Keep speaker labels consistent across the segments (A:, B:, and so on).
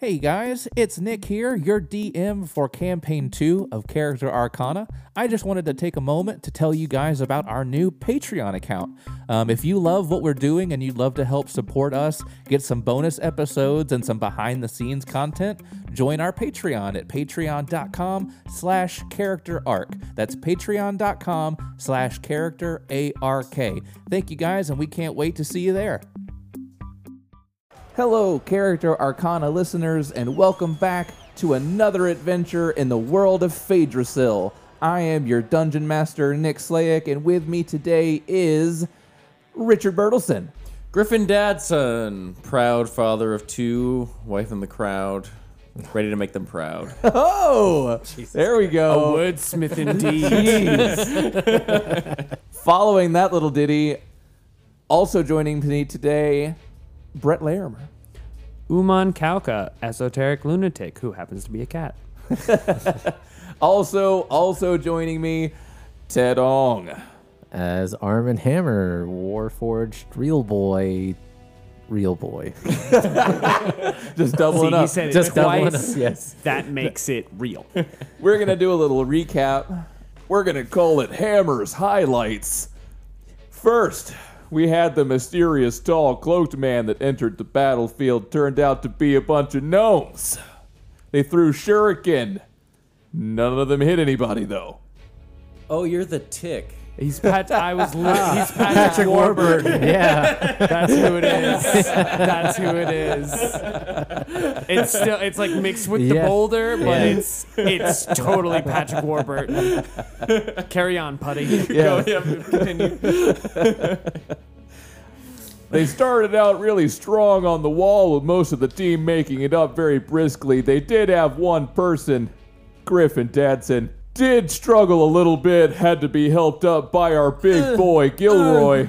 A: Hey guys, it's Nick here, your DM for Campaign 2 of Character Arcana. I just wanted to take a moment to tell you guys about our new Patreon account. Um, if you love what we're doing and you'd love to help support us, get some bonus episodes and some behind the scenes content, join our Patreon at patreon.com slash character arc. That's patreon.com slash character A-R-K. Thank you guys, and we can't wait to see you there. Hello, Character Arcana listeners, and welcome back to another adventure in the world of Phaedrusil. I am your dungeon master, Nick Slayick, and with me today is Richard Bertelson.
B: Griffin Dadson, proud father of two, wife in the crowd, ready to make them proud.
A: Oh, there we go.
C: Wordsmith indeed.
A: Jeez. Following that little ditty, also joining me today, Brett Larimer.
C: Uman Kauka, esoteric lunatic who happens to be a cat.
A: Also, also joining me, Ted Ong.
D: as Arm and Hammer, Warforged Real Boy, Real Boy.
A: Just doubling
C: See,
A: up.
C: he said it
D: Just doubling
C: twice.
D: up, yes.
C: That makes it real.
A: We're gonna do a little recap. We're gonna call it Hammers Highlights. First, we had the mysterious tall cloaked man that entered the battlefield turned out to be a bunch of gnomes. They threw shuriken. None of them hit anybody though.
B: Oh, you're the tick.
C: He's Pat. I was. Li- he's Patrick Warburton.
D: Ah. yeah.
C: That's who it is. That's who it is. It's still. It's like mixed with the
D: Yeah.
C: boulder, but
D: Yeah.
C: it's it's totally Patrick Warburton. Carry on, Putty.
B: Yeah. Go, yeah, continue.
A: They started out really strong on the wall with most of the team making it up very briskly. They did have one person, Griffin Dadson, did struggle a little bit, had to be helped up by our big boy, Gilroy.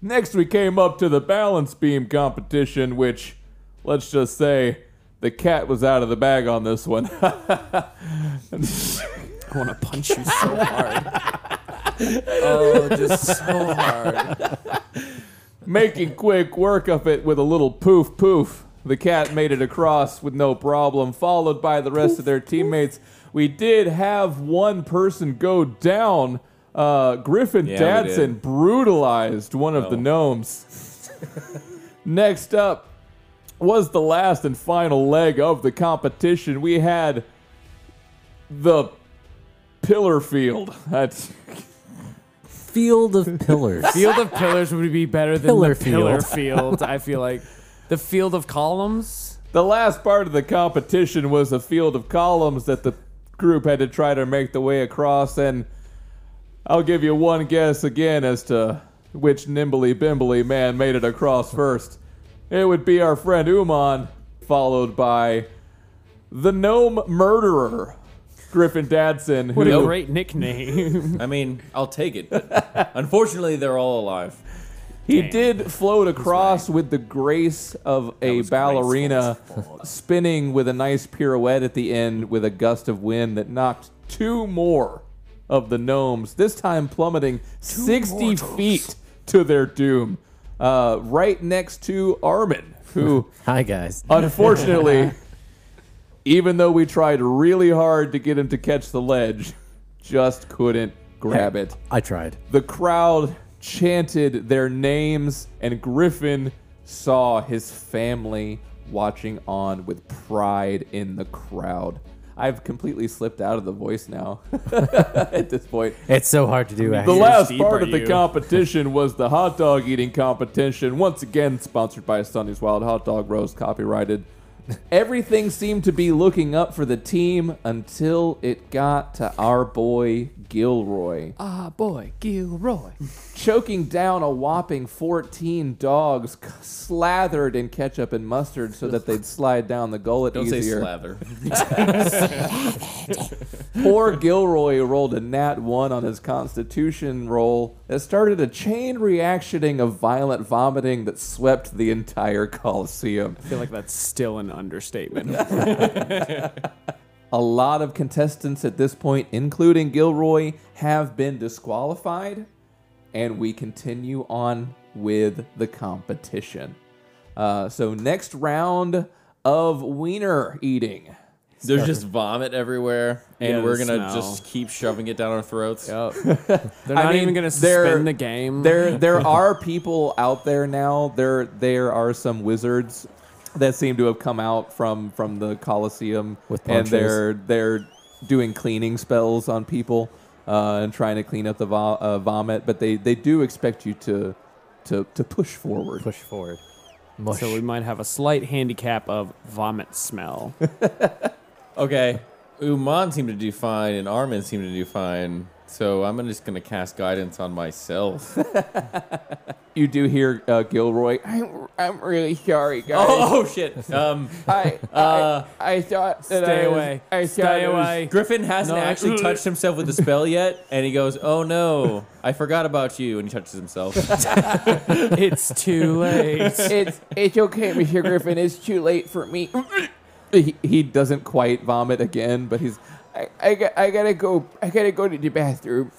A: Next, we came up to the balance beam competition, which, let's just say, the cat was out of the bag on this one.
C: I want to punch you so hard.
B: Oh, just so hard.
A: Making quick work of it with a little poof poof. The cat made it across with no problem, followed by the rest of their teammates. We did have one person go down. Uh, Griffin
B: Yeah, we
A: Dadson
B: did.
A: brutalized one of the
B: Oh.
A: gnomes. Next up was the last and final leg of the competition. We had the pillar field. That's.
D: Field of Pillars.
C: Field of pillars would be better than
D: Pillar
C: the pillar field. I feel like the field of columns.
A: The last part of the competition was a field of columns that the group had to try to make the way across, and I'll give you one guess again as to which nimbly bimbly man made it across first. It would be our friend Uman, followed by the gnome murderer, Griffin Dadson.
C: What
A: who-
C: a great nickname.
B: I mean, I'll take it. But unfortunately, they're all alive.
A: He did float across with the grace of a
B: was
A: ballerina, spinning with a nice pirouette at the end with a gust of wind that knocked two more of the gnomes, this time plummeting 60 feet to their doom, uh, right next to Armin, who.
D: Hi, guys.
A: Unfortunately, even though we tried really hard to get him to catch the ledge, just couldn't grab it.
D: I tried.
A: The crowd chanted their names, and Griffin saw his family watching on with pride in the crowd. I've completely slipped out of the voice now at this point.
D: It's so hard to do,
A: The
D: actually.
A: last
C: deep
A: part
C: are
A: of the
C: you?
A: competition was the hot dog eating competition, once again sponsored by Sonny's Wild Hot Dog Roast, copyrighted. Everything seemed to be looking up for the team until it got to our boy Gilroy.
C: Ah, boy, Gilroy.
A: choking down a whopping 14 dogs c- slathered in ketchup and mustard so that they'd slide down the gullet
B: Don't say
A: easier.
B: slather.
A: Poor Gilroy rolled a nat 1 on his constitution roll that started a chain reactioning of violent vomiting that swept the entire Coliseum.
C: I feel like that's still an understatement.
A: A lot of contestants at this point, including Gilroy, have been disqualified, and we continue on with the competition. Uh, so, next round of wiener eating.
B: There's just vomit everywhere, and
C: Yeah,
B: we're
C: the
B: gonna
C: smell.
B: just keep shoving it down our throats.
C: They're
A: I
C: not
A: mean,
C: even gonna
A: they're-
C: suspend the game.
A: There, there are people out there now. There, there are some wizards that seem to have come out from from the Colosseum,
E: With
A: and
E: ponchos.
A: they're they're doing cleaning spells on people uh, and trying to clean up the vo- uh, vomit. But they they do expect you to to to push forward.
E: Push forward. Mush.
C: so we might have a slight handicap of vomit smell.
B: Okay. Uman seemed to do fine, and Armin seemed to do fine. So I'm just gonna cast guidance on myself.
A: You do hear uh, Gilroy. I'm, I'm really sorry, guys.
B: oh, shit! Um,
A: I,
B: Uh,
A: I I thought that
C: stay
A: I was-
C: away.
A: I
C: Stay
A: thought it was-
C: away.
B: Griffin hasn't
C: No, I-
B: actually touched himself with the spell yet, and he goes, "Oh no, I forgot about you," and he touches himself.
C: it's too late.
A: it's it's okay, Mr. Griffin. It's too late for me. he, he doesn't quite vomit again, but he's I, I, got, I gotta go I gotta go to the bathroom.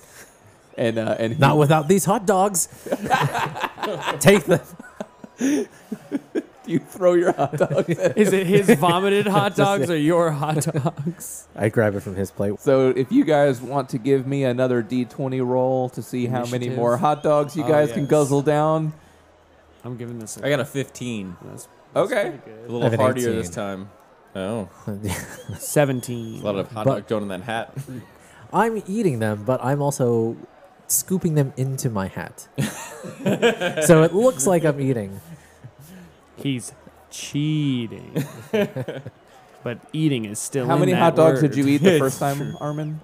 A: And uh, and he,
E: Not without these hot dogs. Take them.
A: you throw your hot dog.
C: Is it his vomited hot dogs or your hot dogs?
E: I grab it from his plate.
A: so if you guys want to give me another D twenty roll to see how many
C: Initiative.
A: more hot dogs you guys can
C: Oh, yes.
A: guzzle down.
C: I'm giving this.
B: I
C: A,
B: got a 15,
C: that's, that's
A: Okay.
B: a
C: pretty good.
E: I
B: little
E: have an
B: hardier
E: 18.
B: this time. Oh,
C: Seventeen.
B: a lot of hot
E: But-
B: dog donut in that hat.
E: I'm eating them, but I'm also scooping them into my hat. so it looks like I'm eating.
C: He's cheating. but eating is still.
A: How
C: in
A: many
C: that
A: hot dogs did
C: word.
A: you eat the
C: It's
A: first time,
C: true.
A: Armin?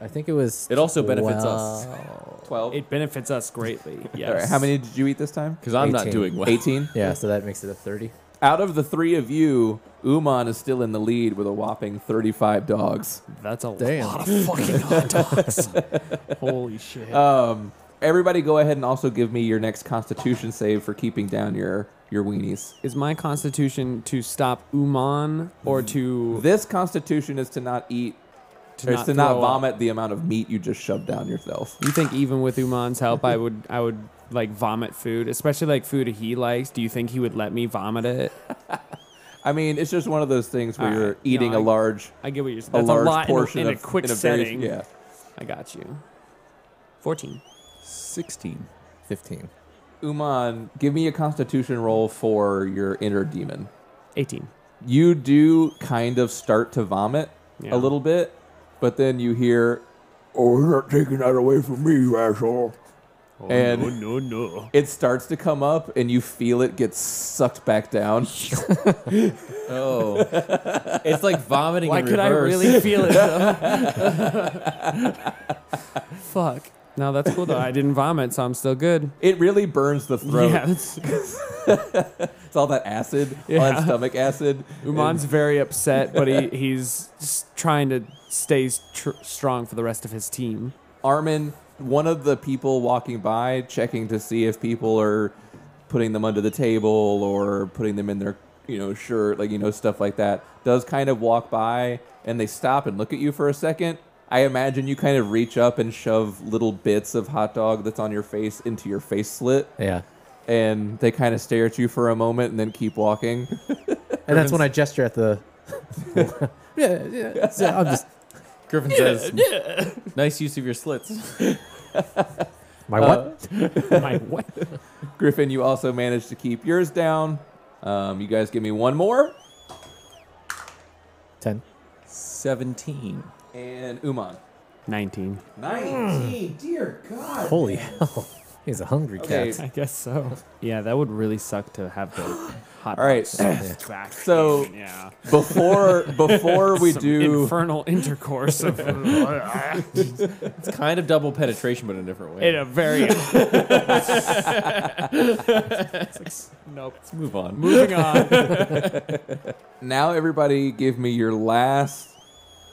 E: I think it was.
B: It also benefits us.
E: 12.
A: Twelve.
C: It benefits us greatly. Yes.
A: All right, how many did you eat this time?
B: Because I'm not
E: 18.
B: doing well.
A: 18?
E: Yeah, so that makes it a 30.
A: Out of the three of you, Uman is still in the lead with a whopping 35 dogs.
C: That's a
E: Damn.
C: lot of fucking hot dogs. Holy shit.
A: Um, everybody, go ahead and also give me your next Constitution save for keeping down your your weenies.
C: is my constitution to stop Uman or to
A: This Constitution is to not eat,
C: to
A: or it's to not
C: throw up?
A: vomit the amount of meat you just shoved down yourself.
C: You think even with Uman's help, I would I would like vomit food, especially like food he likes. Do you think he would let me vomit it?
A: I mean, it's just one of those things where
C: All
A: you're
C: right. No,
A: eating
C: I-
A: a large,
C: I get what you're saying.
A: a
C: Ah, That's a,
A: large
C: lot in a-
A: portion
C: in, a,
A: of
C: quick
A: in a very-
C: setting.
A: yeah.
C: I got you. Fourteen.
B: 16.
E: 15.
A: Uman, give me a Constitution roll for your inner demon.
C: 18.
A: you do kind of start to vomit
C: Yeah.
A: a little bit, but then you hear, "Oh, you're not taking that away from me, you asshole!" and
C: Oh, no, no.
A: it starts to come up, and you feel it get sucked back down.
B: Oh, it's like vomiting.
C: Why
B: in
C: could I
B: reverse.
C: really feel it though? Fuck. No, that's cool though. I didn't vomit, so I'm still good.
A: it really burns the throat.
C: Yeah, that's-
A: It's all that acid, all that
C: Yeah.
A: stomach acid.
C: Uman's very upset, but he, he's s- trying to stay s- tr- strong for the rest of his team.
A: Armin, one of the people walking by, checking to see if people are putting them under the table or putting them in their, you know, shirt, like you know, stuff like that, does kind of walk by and they stop and look at you for a second. I imagine you kind of reach up and shove little bits of hot dog that's on your face into your face slit,
E: Yeah.
A: and they kind of stare at you for a moment and then keep walking.
E: And that's when I gesture at the. yeah, yeah. So I'm just.
B: Griffin says, "Nice use of your slits."
E: My
B: Uh,
E: what?
C: My what?
A: Griffin, you also managed to keep yours down. Um, you guys give me one more,
E: 10.
B: 17.
A: and Uman.
C: 19.
A: 19. Dear God.
E: Holy hell. He's a hungry
A: Okay.
E: cat.
C: I guess so. Yeah, that would really suck to have the hot
A: All right.
C: dogs back.
A: So-
C: yeah.
A: Before before we
C: Some
A: do
C: infernal intercourse of, in
B: It's kind of double penetration, but in a different way.
C: a very nope.
B: Let's move on.
C: Moving on.
A: now everybody give me your last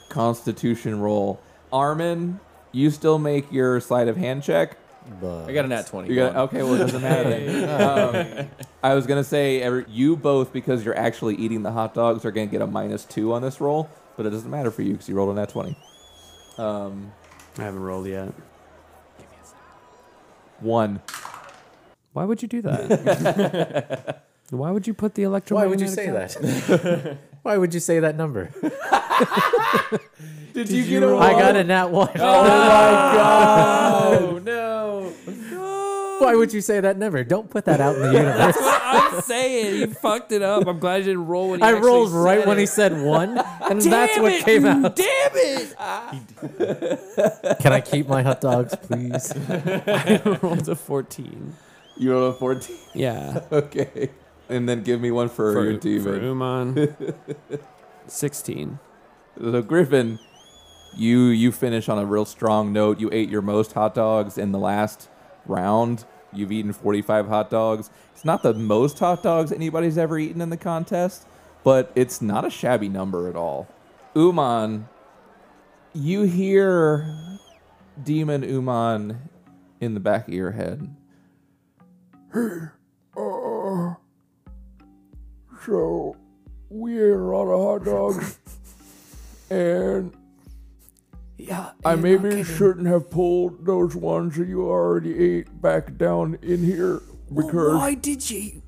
A: constitution roll. Armin, you still make your sleight of hand check.
B: I got an at 20.
A: You got okay, well it doesn't matter. then. Um, I was gonna say every, you both because you're actually eating the hot dogs are gonna get a minus two on this roll, but it doesn't matter for you because you rolled on that twenty. Um,
C: I haven't rolled yet.
A: one.
C: Why would you do that? Why would you put the electromagnetic?
E: Why would you say that? Why would you say that number?
A: Did, you, get a
E: I got a nat one.
A: Oh my god! no.
E: Why would you say that number? Don't put that out in the universe.
C: I'm saying you fucked it up. I'm glad you didn't roll when he
E: I
C: actually
E: rolled right
C: said
E: when
C: it.
E: he said one, and that's what came out.
C: Damn it!
E: Can I keep my hot dogs, please?
C: I rolled a 14.
A: You rolled a 14.
C: Yeah.
A: Okay. And then give me one for, your team.
C: for Uman. 16.
A: So Griffin, you you finish on a real strong note. You ate your most hot dogs in the last round. You've eaten 45 hot dogs. It's not the most hot dogs anybody's ever eaten in the contest, but it's not a shabby number at all. Uman, you hear Demon Uman in the back of your head. so we ate a lot of hot dogs and
C: Yeah.
A: I maybe shouldn't have pulled those ones that you already ate back down in here because
C: did you?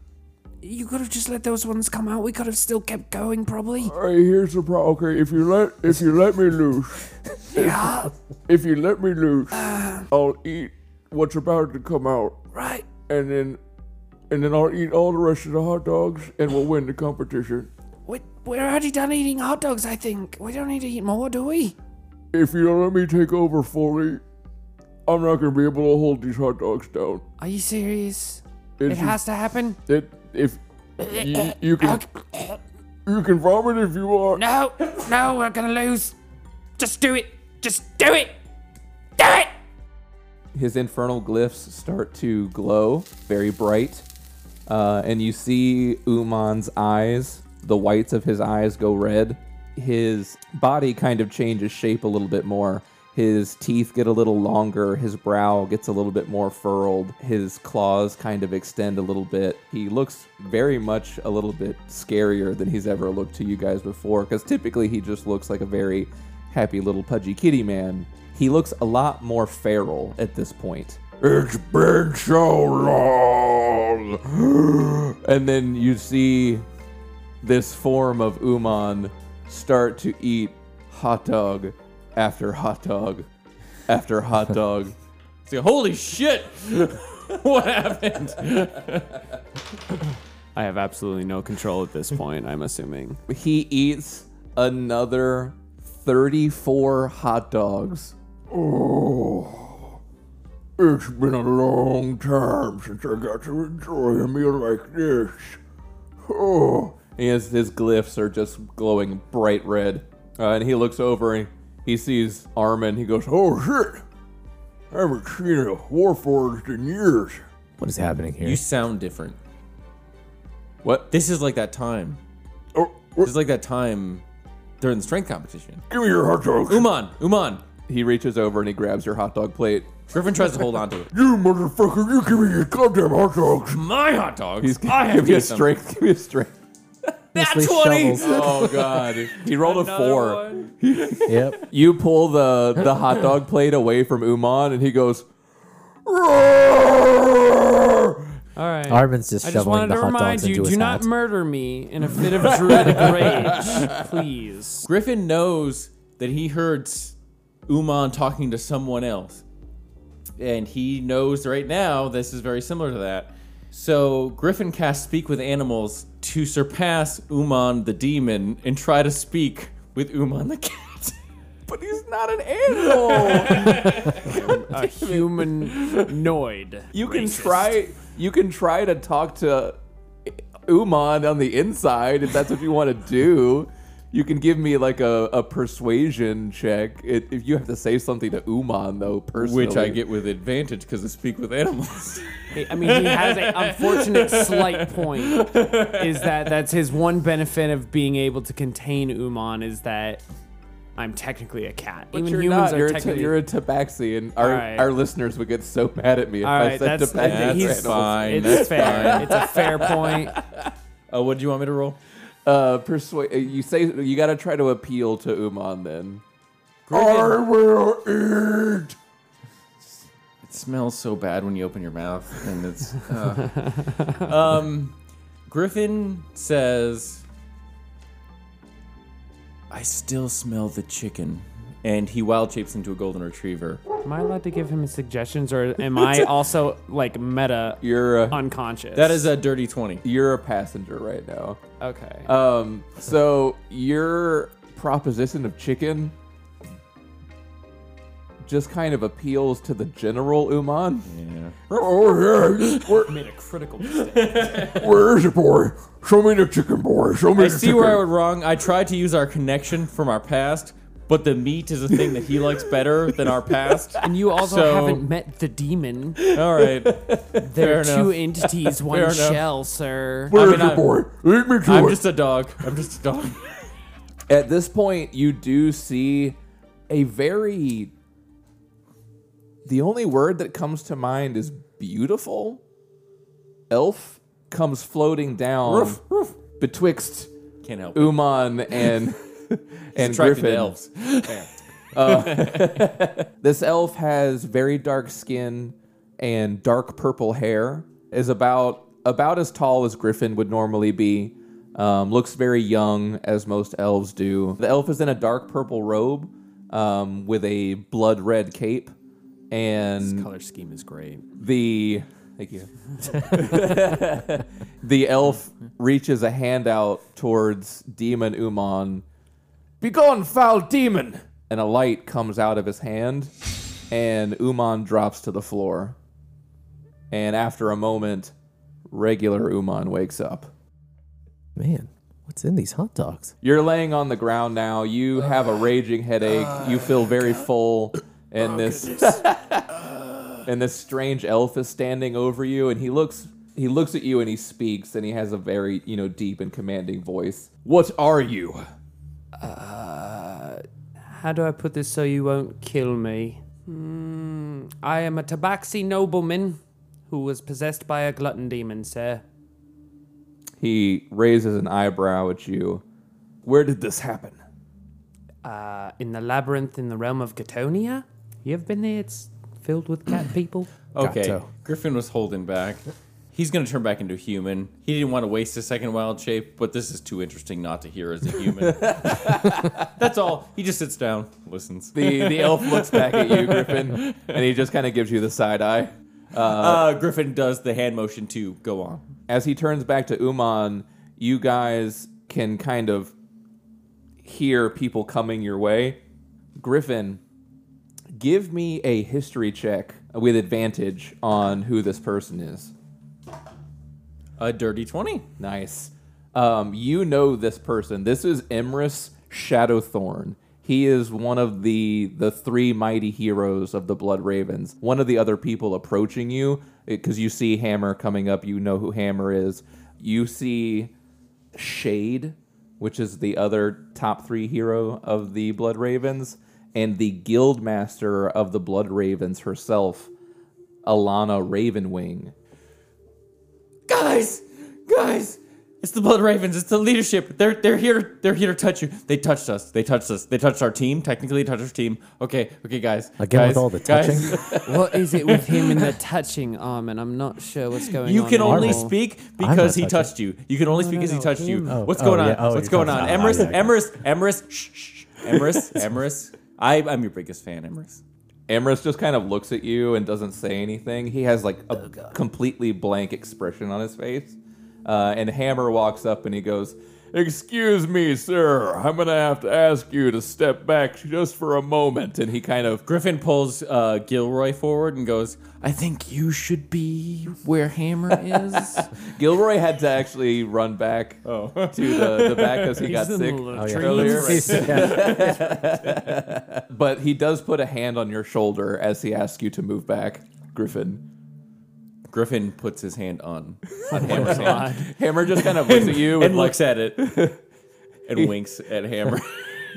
C: You could have just let those ones come out. We could have still kept going, probably.
A: all right, here's the problem. Okay, if you let if you let me loose,
C: Yeah.
A: if you let me loose, I'll eat what's about to come out,
C: Right.
A: and then and then I'll eat all the rest of the hot dogs, and we'll win the competition.
C: We, we're already done eating hot dogs, I think. We don't need to eat more, do we?
A: If you don't let me take over fully, I'm not gonna be able to hold these hot dogs down.
C: Are you serious?
A: It's
C: It has to happen?
A: It, if you, you can you can vomit if you want.
C: No, no, we're gonna lose. Just do it. Just do it. Do it.
A: his infernal glyphs start to glow very bright uh, and you see uman's eyes the whites of his eyes go red his body kind of changes shape a little bit more his teeth get a little longer his brow gets a little bit more furled his claws kind of extend a little bit he looks very much a little bit scarier than he's ever looked to you guys before because typically he just looks like a very happy little pudgy kitty man. He looks a lot more feral at this point. It's been so long. and then you see this form of Uman start to eat hot dog after hot dog after hot dog. It's like, holy shit! what happened?
C: I have absolutely no control at this point, I'm assuming.
A: He eats another 34 hot dogs. Oh, it's been a long time since I got to enjoy a meal like this. Oh. His, his glyphs are just glowing bright red. Uh, and he looks over and he sees Armin. He goes, Oh shit! I haven't seen a Warforged in years.
E: What is happening here?
B: You sound different.
A: What?
B: This is like that time.
A: Oh,
B: This is like that time during the strength competition.
A: give me your hot dogs.
B: Uman, Uman.
A: He reaches over and he grabs your hot dog plate.
B: Griffin tries to hold on to it.
A: You motherfucker, you give me your goddamn hot dogs.
B: My hot dogs.
A: He's
B: I have to
A: give me a
B: eat them.
A: strength. Give me a strength.
E: Honestly, shovels.
A: Oh god. He rolled a four.
E: Yep.
A: You pull the the hot dog plate away from Uman and he goes "Roar!"
C: All right.
E: Armin's just
C: I just
E: shoveling
C: wanted
E: the
C: to
E: hot
C: remind
E: dogs
C: you
E: into
C: do
E: his
C: not
E: hat.
C: murder me in a fit of druidic rage, please.
B: Griffin knows that he heard Uman talking to someone else. And he knows right now this is very similar to that. So Griffin casts Speak with Animals to surpass Uman the demon and try to speak with Uman the cat.
A: But he's not an animal.
C: A humanoid.
A: You can
C: racist.
A: try you can try to talk to Uman on the inside if that's what you want to do. You can give me like a, a persuasion check. It, if you have to say something to Uman though, personally.
B: Which I get with advantage because I speak with animals.
C: I mean, he has an unfortunate slight point. Is that that's his one benefit of being able to contain Uman is that I'm technically a cat.
A: But
C: Even
A: you're
C: humans
A: not.
C: are
A: you're, a
C: technically.
A: ta- you're a tabaxi, and our,
C: Alright.
A: our listeners would get so mad at me if
C: all
A: I
C: right,
A: said
C: that's,
A: tabaxi.
B: that's
C: he's,
B: right. Fine,
C: It's
B: that's
C: fair.
B: fine.
C: It's a fair point.
B: Oh, what do you want me to roll?
A: Uh, persuade. You say you got to try to appeal to Uman then. I will eat.
B: It smells so bad when you open your mouth, and it's. uh. um, Griffin says, I still smell the chicken. And he wild shapes into a golden retriever.
C: Am I allowed to give him suggestions, or am I also like meta
A: You're a,
C: unconscious?
B: That is a dirty 20.
A: you're a passenger right now.
C: okay.
B: uh,
A: Um, so your proposition of chicken just kind of appeals to the general Uman. Oh, yes. Where-
B: Made a critical mistake.
A: where is it, boy? Show me the chicken, boy. Show me
B: I
A: the
B: see
A: chicken.
B: where I went wrong. I tried to use our connection from our past, but the meat is a thing that he likes better than our past.
C: and you also
B: So-
C: haven't met the demon.
B: All right. Fair
C: They're two
B: enough.
C: entities, one
B: Fair enough.
C: shell,
B: I
C: sir.
A: Where
B: mean,
A: is it,
B: I'm-
A: boy? Lead me to
B: I'm
A: it.
B: just a dog. I'm just a dog.
A: At this point, you do see a very. The only word that comes to mind is beautiful. Elf comes floating down betwixt
B: Can't help it.
A: Uman and and
B: Attracted to
A: Griffin. Uh,
B: elves.
A: This elf has very dark skin and dark purple hair. Is about about as tall as Griffin would normally be. Um, looks very young, as most elves do. The elf is in a dark purple robe um, with a blood red cape, and
C: Color scheme is great.
A: the thank you. the elf reaches a hand out towards Demon Uman. Begone, foul demon! And a light comes out of his hand, and Uman drops to the floor. And after a moment, regular Uman wakes up.
E: Man, what's in these hot dogs?
A: You're laying on the ground now. You have a raging headache. you feel very full, and this and this strange elf is standing over you, and he looks he looks at you and he speaks, and he has a very you know deep and commanding voice. What are you?
C: Uh, How do I put this so you won't kill me? Hmm, I am a tabaxi nobleman who was possessed by a glutton demon, sir.
A: He raises an eyebrow at you. Where did this happen?
C: Uh, in the labyrinth in the realm of Gatonia? You ever been there? It's filled with cat people.
B: Okay.
E: Gato.
B: Griffin was holding back. He's going to turn back into a human. He didn't want to waste a second wild shape, but this is too interesting not to hear as a human. That's all. He just sits down, listens.
A: The the elf looks back at you, Griffin, and he just kind of gives you the side eye.
B: Uh, Griffin does the hand motion to go on.
A: as he turns back to Uman, you guys can kind of hear people coming your way. Griffin, give me a history check with advantage on who this person is.
B: A dirty 20.
A: Nice. Um, you know this person. This is Emrys Shadowthorn. He is one of the the three mighty heroes of the Blood Ravens. One of the other people approaching you, because you see Hammer coming up. You know who Hammer is. You see Shade, which is the other top three hero of the Blood Ravens, and the guild master of the Blood Ravens herself, Alana Ravenwing.
B: guys, guys, it's the Blood Ravens. It's the leadership. They're they're here. They're here to touch you. They touched us. They touched us. They touched our team. Technically, they touched our team. Okay, okay, guys.
E: Again
B: guys,
E: with all the
B: guys.
E: touching.
C: what is it with him and the touching arm? And I'm not sure what's going
B: You
C: on.
B: can only
E: Marvel.
B: speak
E: I'm
B: because
E: not
B: he
E: touching.
B: touched you. You can only speak because he
C: no,
B: touched you.
C: him.
B: What's
E: oh,
B: going on?
E: yeah, oh,
B: What's
E: you're
B: going on?
E: talking about-
B: Emerus,
E: yeah, yeah.
B: Emerus, Emerus, shh, shh, shh. Emerus, Emerus. I, I'm your biggest fan, Emerus.
A: Amorous just kind of looks at you and doesn't say anything. He has like
B: Oh,
A: a completely blank expression on his face. Uh, and Hammer walks up and he goes, Excuse me, sir. I'm going to have to ask you to step back just for a moment. And he kind of,
B: Griffin pulls uh, Gilroy forward and goes, I think you should be where Hammer is.
A: Gilroy had to actually run back to the, the back because he got sick.
B: Oh,
A: earlier.
E: Yeah.
A: But he does put a hand on your shoulder as he asks you to move back, Griffin.
B: Griffin puts his hand on
A: Hammer just kind of looks at you
B: Oh, and
A: and like,
B: looks at it and winks at Hammer.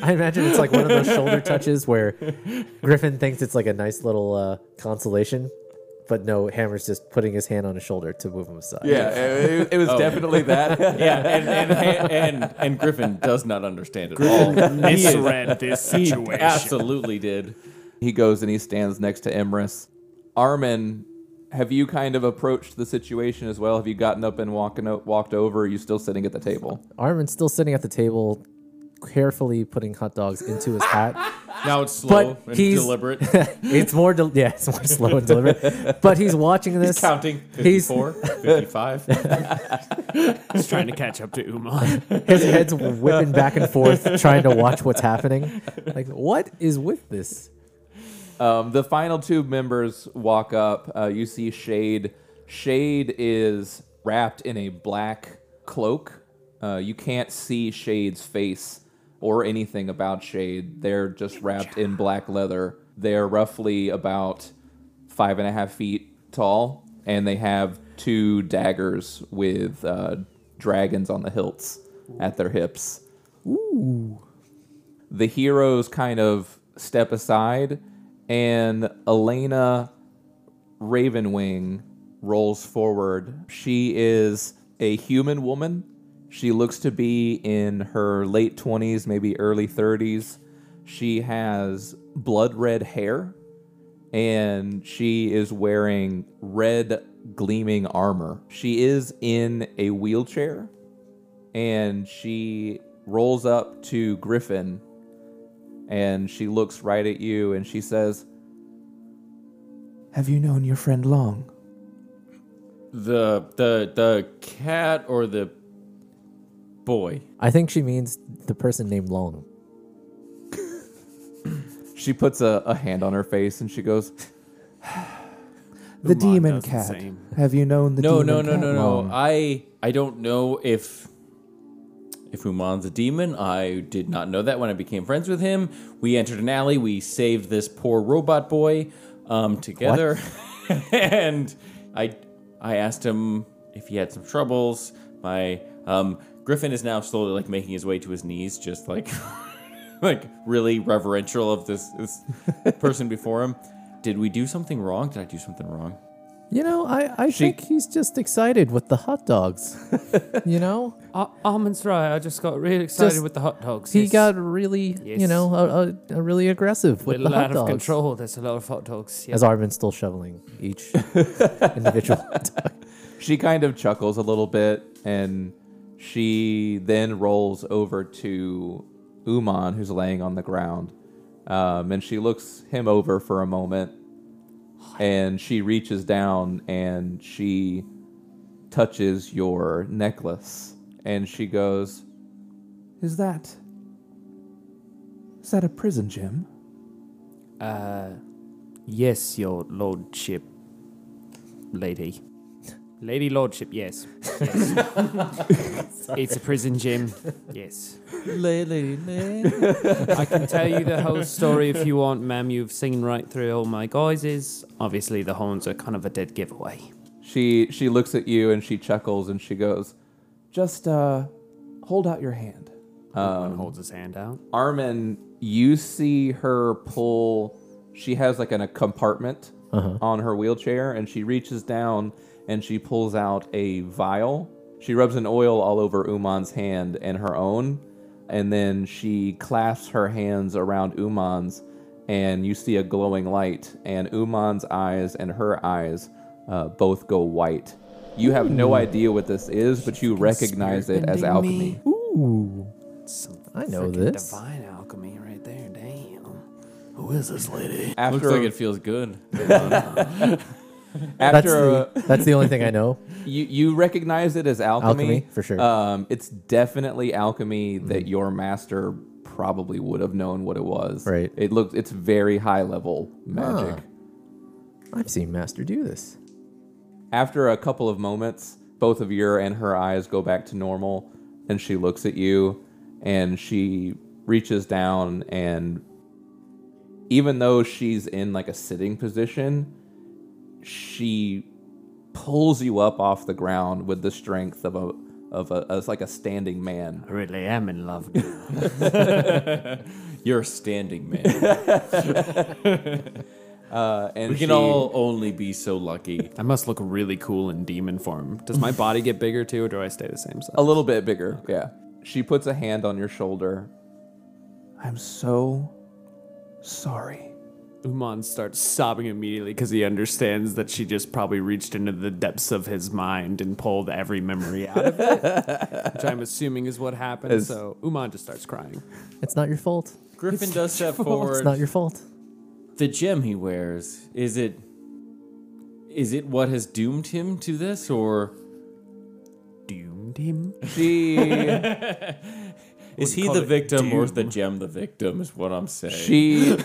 E: I imagine it's like one of those shoulder touches where Griffin thinks it's like a nice little uh, consolation, but no, Hammer's just putting his hand on his shoulder to move him aside.
A: yeah, it, it was
B: Oh.
A: definitely that.
B: yeah, and and, and and and Griffin does not understand at all.
C: misread this
B: He absolutely did.
A: He goes and he stands next to Emrys. Armin have you kind of approached the situation as well? Have you gotten up and walking o- walked over? Are you still sitting at the table?
E: Armin's still sitting at the table, carefully putting hot dogs into his hat.
B: Now it's slow
E: But
B: and
E: he's-
B: deliberate.
E: it's more, del- yeah, it's more slow and deliberate. But he's watching this.
B: He's counting
E: He's-
B: 54, 55.
C: He's trying to catch up to Uman.
E: His head's whipping back and forth, trying to watch what's happening. Like, what is with this?
A: Um, the final two members walk up. Uh, you see Shade. Shade is wrapped in a black cloak. Uh, you can't see Shade's face or anything about Shade. They're just wrapped in black leather. They're roughly about five and a half feet tall, and they have two daggers with uh, dragons on the hilts at their hips the heroes kind of step aside, and Elena Ravenwing rolls forward. She is a human woman. She looks to be in her late 20s, maybe early 30s. She has blood red hair, and she is wearing red gleaming armor. She is in a wheelchair, and she rolls up to Griffin and she looks right at you and she says, Have you known your friend long?
B: The the the cat or the boy.
E: I think she means the person named Long.
A: She puts a, a hand on her face and she goes, The
C: Uman demon does the cat. same.
A: Have you known the
B: No, no, no, no, no. I I don't know if if Uman's a demon. I did not know that when I became friends with him. We entered an alley. We saved this poor robot boy um, together, and I I asked him if he had some troubles. My um, Griffin is now slowly like making his way to his knees, just like like really reverential of this, this person before him. Did we do something wrong? Did I do something wrong?
E: You know, I, I think he's just excited with the hot dogs. you know,
C: Almond's right. I just got really excited
E: Just-
C: with the hot dogs.
E: he
C: It's
E: got really, you
C: Yes.
E: know, uh, uh, really aggressive
C: a
E: with
C: little
E: the hot
C: out of
E: dogs.
C: control. There's a lot of hot dogs. Yeah.
E: As Armin's still shoveling each individual hot dog.
A: She kind of chuckles a little bit and she then rolls over to Uman, who's laying on the ground. Um, and she looks him over for a moment and she reaches down and she touches your necklace and she goes, Is that. Is that a prison gem?
C: Yes, your lordship, lady. Lady lordship, yes. yes. it's a prison gym. Yes. I can tell you the whole story if you want, ma'am. You've seen right through all my guises. Obviously, the horns are kind of a dead giveaway.
A: She she looks at you and she chuckles and she goes, "Just uh, hold out your hand."
C: One holds his hand out.
A: Armin, you see her pull. She has like an, a compartment on her wheelchair, and she reaches down and she pulls out a vial. She rubs an oil all over Uman's hand and her own, and then she clasps her hands around Uman's, and you see a glowing light. And Uman's eyes and her eyes uh, both go white. You have no idea what this is, but you recognize it as alchemy.
E: I know
C: Frickin'
E: this.
C: Divine alchemy right there. Damn. Who is this lady?
A: After,
B: Looks like it feels good.
E: That's,
A: after a-
E: the, that's the only thing I know.
A: you you recognize it as alchemy,
E: Alchemy, for sure. Mm-hmm.
A: Um, it's definitely alchemy that your master probably would have known what it was.
E: Right. Ah.
A: It looks it's very high level magic.
E: I've seen Master do this.
A: After a couple of moments, both of your and her eyes go back to normal, and she looks at you, and she reaches down and even though she's in like a sitting position, she pulls you up off the ground with the strength of a of a as like a standing man.
C: I really am in love now.
B: You're a standing man.
A: Uh, and
B: we
A: she,
B: can all only be so lucky.
C: I must look really cool in demon form. Does my body get bigger too, or do I stay the same size?
A: a little bit bigger. Yeah. She puts a hand on your shoulder. I'm so sorry.
C: Uman starts sobbing immediately because he understands that she just probably reached into the depths of his mind and pulled every memory out of it, which I'm assuming is what happened.
A: As-
C: so Uman just starts crying.
E: It's not your fault.
B: Griffin does step forward.
E: It's not your fault.
B: the gem he wears is it is it what has doomed him to this or
C: Doomed him.
A: She
B: is he the victim or is the gem the victim is what i'm saying
A: she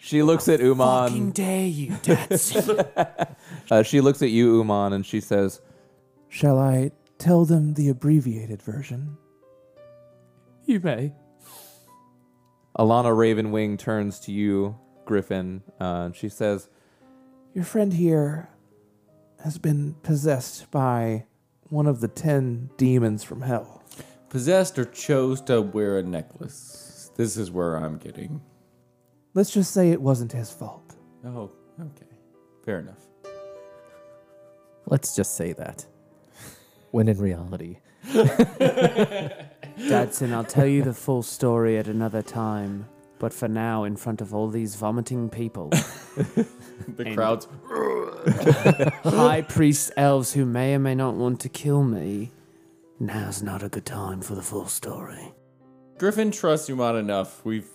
A: she looks at Uman.
C: dare you, Datsu.
A: Uh, she looks at you, Uman, and she says,
D: Shall I tell them the abbreviated version?
C: you may.
A: Alana Ravenwing turns to you, Griffin, uh, and she says,
D: Your friend here has been possessed by one of the ten demons from hell.
B: possessed or chose to wear a necklace this is where i'm getting
D: Let's just say it wasn't his fault.
B: oh okay fair enough
E: Let's just say that. When in reality,
C: Dadson, I'll tell you the full story at another time. But for now, in front of all these vomiting people,
B: the
C: And-
B: crowds
C: high priest elves who may or may not want to kill me, now's not a good time for the full story.
B: griffin trusts uman enough we've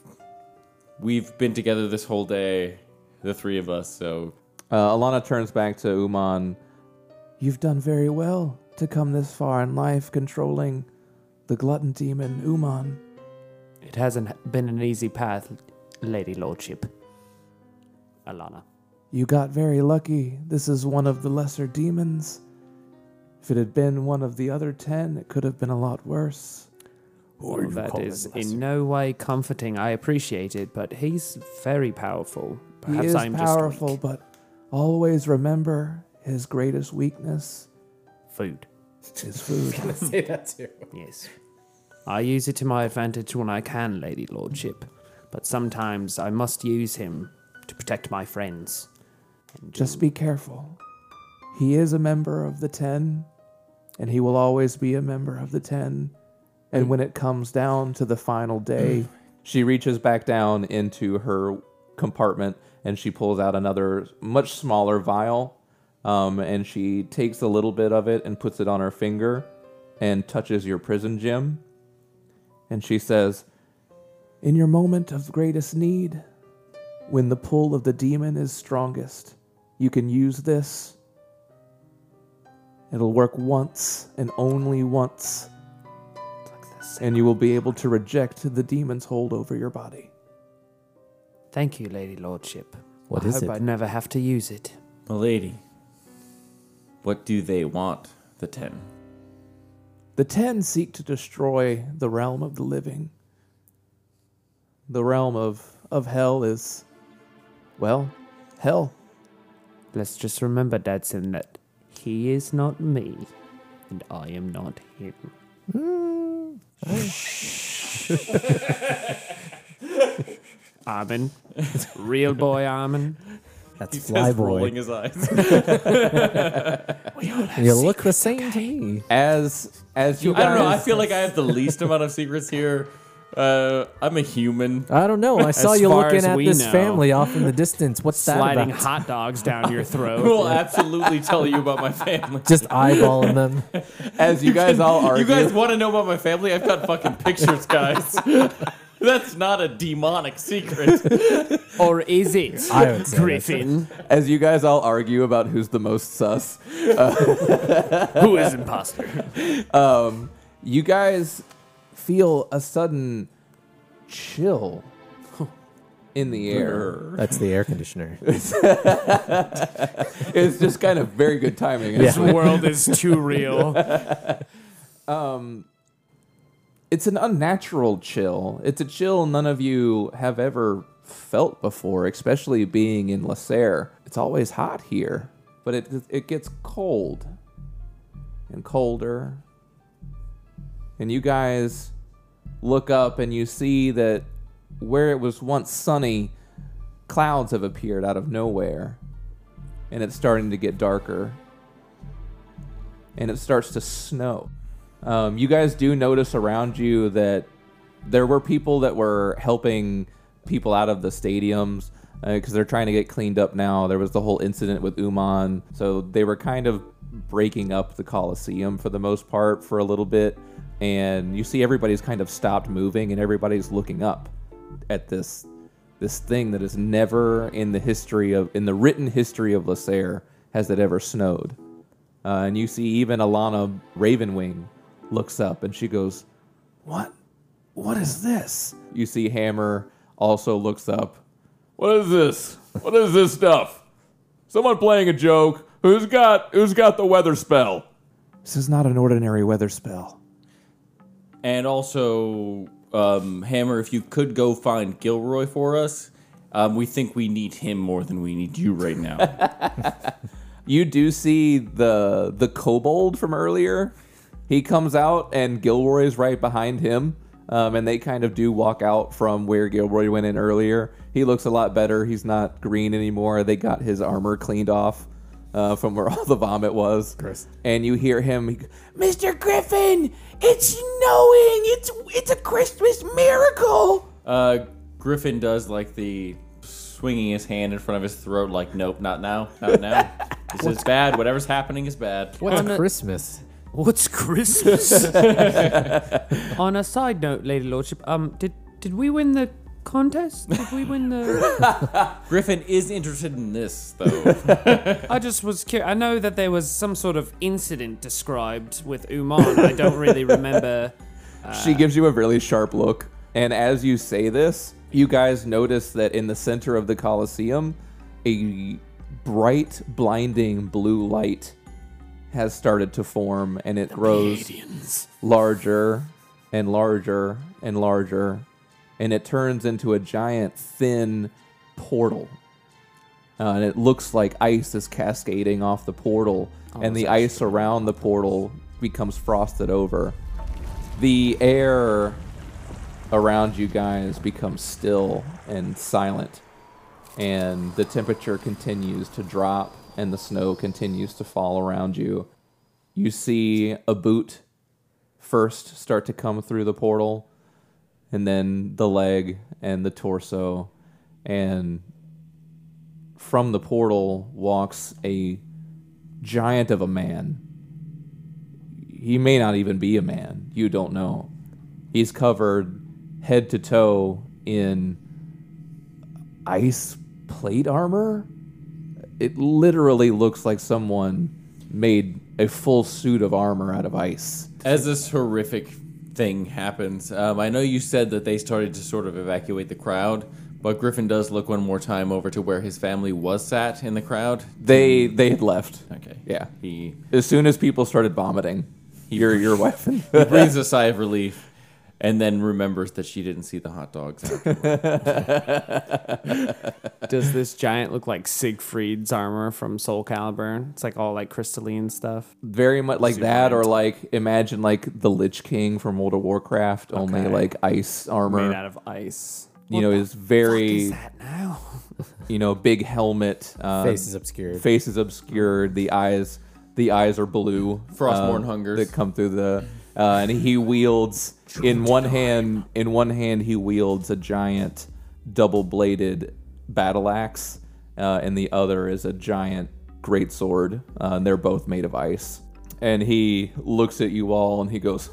B: we've been together this whole day the three of us so
A: uh, Alana turns back to Uman.
D: You've done very well to come this far in life controlling the glutton demon Uman.
C: It hasn't been an easy path, Lady Lordship. Alana.
D: You got very lucky. This is one of the lesser demons. If it had been one of the other ten, it could have been a lot worse.
C: Well, that is in no way comforting. I appreciate it, but he's very powerful.
D: He
C: Perhaps
D: is
C: I'm
D: powerful,
C: just weak.
D: but always remember his greatest weakness
C: food.
D: is food.
E: say that too.
C: Yes. I use it to my advantage when I can, Lady Lordship, but sometimes I must use him to protect my friends. And
D: Just be careful. He is a member of the Ten, and he will always be a member of the Ten. And when it comes down to the final day,
A: She reaches back down into her compartment and she pulls out another much smaller vial. Um, and she takes a little bit of it and puts it on her finger and touches your prison gem. And she says,
D: in your moment of greatest need, when the pull of the demon is strongest, you can use this. It'll work once and only once, and you will be able to reject the demon's hold over your body.
C: Thank you, Lady Lordship.
E: What
C: I
E: is
C: hope
E: it?
C: I never have to use it.
B: milady what do they want the ten
D: The Ten seek to destroy the realm of the living. The realm of, of hell is, well, hell.
C: Let's just remember, Dadson, that he is not me, and I am not him. Armin. Real boy Armin.
E: That's
B: He's just rolling
E: flyboy.
B: his eyes
E: You look the same to me.
A: as as you
B: I don't know. I
A: guys,
B: feel like I have the least amount of secrets here. Uh, I'm a human.
E: I don't know. I saw
C: As
E: you
C: far
E: looking
C: as
E: at
C: we
E: this
C: know.
E: family off in the distance. What's that
C: Sliding
E: about?
C: hot dogs down your
B: I
C: throat.
B: will absolutely tell you about my family.
E: Just eyeballing them.
A: as you guys all argue,
B: You guys want to know about my family? I've got fucking pictures, guys. That's not a demonic secret.
C: or is it?
E: I would say
C: Griffin,
A: as you guys all argue about who's the most sus.
C: who is imposter.
A: you guys feel a sudden chill in the air.
E: That's the air conditioner.
A: It's just kind of very good timing.
E: Yeah.
C: This world is too real.
A: It's an unnatural chill. It's a chill none of you have ever felt before, especially being in Lacerre. It's always hot here, but it it gets cold and colder. And you guys look up and you see that where it was once sunny, clouds have appeared out of nowhere. And it's starting to get darker. And it starts to snow. Um, you guys do notice around you that there were people that were helping people out of the stadiums. because they're trying to get cleaned up now. There was the whole incident with Uman, so they were kind of breaking up the Colosseum for the most part for a little bit, and you see everybody's kind of stopped moving and everybody's looking up at this this thing that is never in the history of in the written history of Lysair has it ever snowed. Uh, and you see even Alana Ravenwing looks up and she goes, "What? What is this?" You see Hammer also looks up.
B: What is this? What is this stuff? Someone playing a joke. Who's got who's got the weather spell?
A: This is not an ordinary weather spell.
B: And also, um, Hammer, if you could go find Gilroy for us, um, we think we need him more than we need you right now.
A: You do see the the kobold from earlier. He comes out and Gilroy's right behind him. Um, and they kind of do walk out from where Gilroy went in earlier. He looks a lot better. He's not green anymore. They got his armor cleaned off uh, from where all the vomit was.
E: Gross.
A: And you hear him, he- Mr. Griffin, it's snowing. It's it's a Christmas miracle.
B: uh, Griffin does like the swinging his hand in front of his throat, like, nope, not now, not now. this is bad. Whatever's happening is bad.
E: What's Christmas?
C: What's Christmas? On a side note, Lady Lordship, um, did did we win the contest? Did we win the?
B: Griffin is interested in this though.
C: I just was curious. I know that there was some sort of incident described with Uman. I don't really remember.
A: She gives you a really sharp look. And as you say this, you guys notice that in the center of the Colosseum, a bright, blinding blue light has started to form and it grows larger and larger and larger. And it turns into a giant, thin portal. Uh, and it looks like ice is cascading off the portal, and the ice around the portal becomes frosted over the air around you guys becomes still and silent and the temperature continues to drop and the snow continues to fall around you you see a boot first start to come through the portal and then the leg and the torso and from the portal walks a giant of a man he may not even be a man. You don't know. He's covered head to toe in ice plate armor. It literally looks like someone made a full suit of armor out of ice.
B: As this horrific thing happens, um, I know you said that they started to sort of evacuate the crowd, but Griffin does look one more time over to where his family was sat in the crowd.
A: They they had left.
B: Okay.
A: Yeah.
B: He
A: As soon as people started vomiting, your your wife.
B: breathes a sigh of relief and then remembers that she didn't see the hot dogs. after.
C: Does this giant look like Siegfried's armor from Soul Calibur? It's like all like crystalline stuff.
A: Very much like that, or like imagine like the Lich King from World of Warcraft, only
C: Okay.
A: like ice
C: made
A: armor.
C: out of ice.
A: You know, is very
C: Is that now?
A: you know, big helmet. Uh,
E: Face is obscured.
A: Face is obscured. The eyes, the eyes are blue.
B: Frostborn
A: uh,
B: hungers.
A: that come through the. Uh, and he wields in one hand. In one hand, he wields a giant double-bladed battle axe, uh, and the other is a giant great sword. Uh, and they're both made of ice. And he looks at you all, and he goes,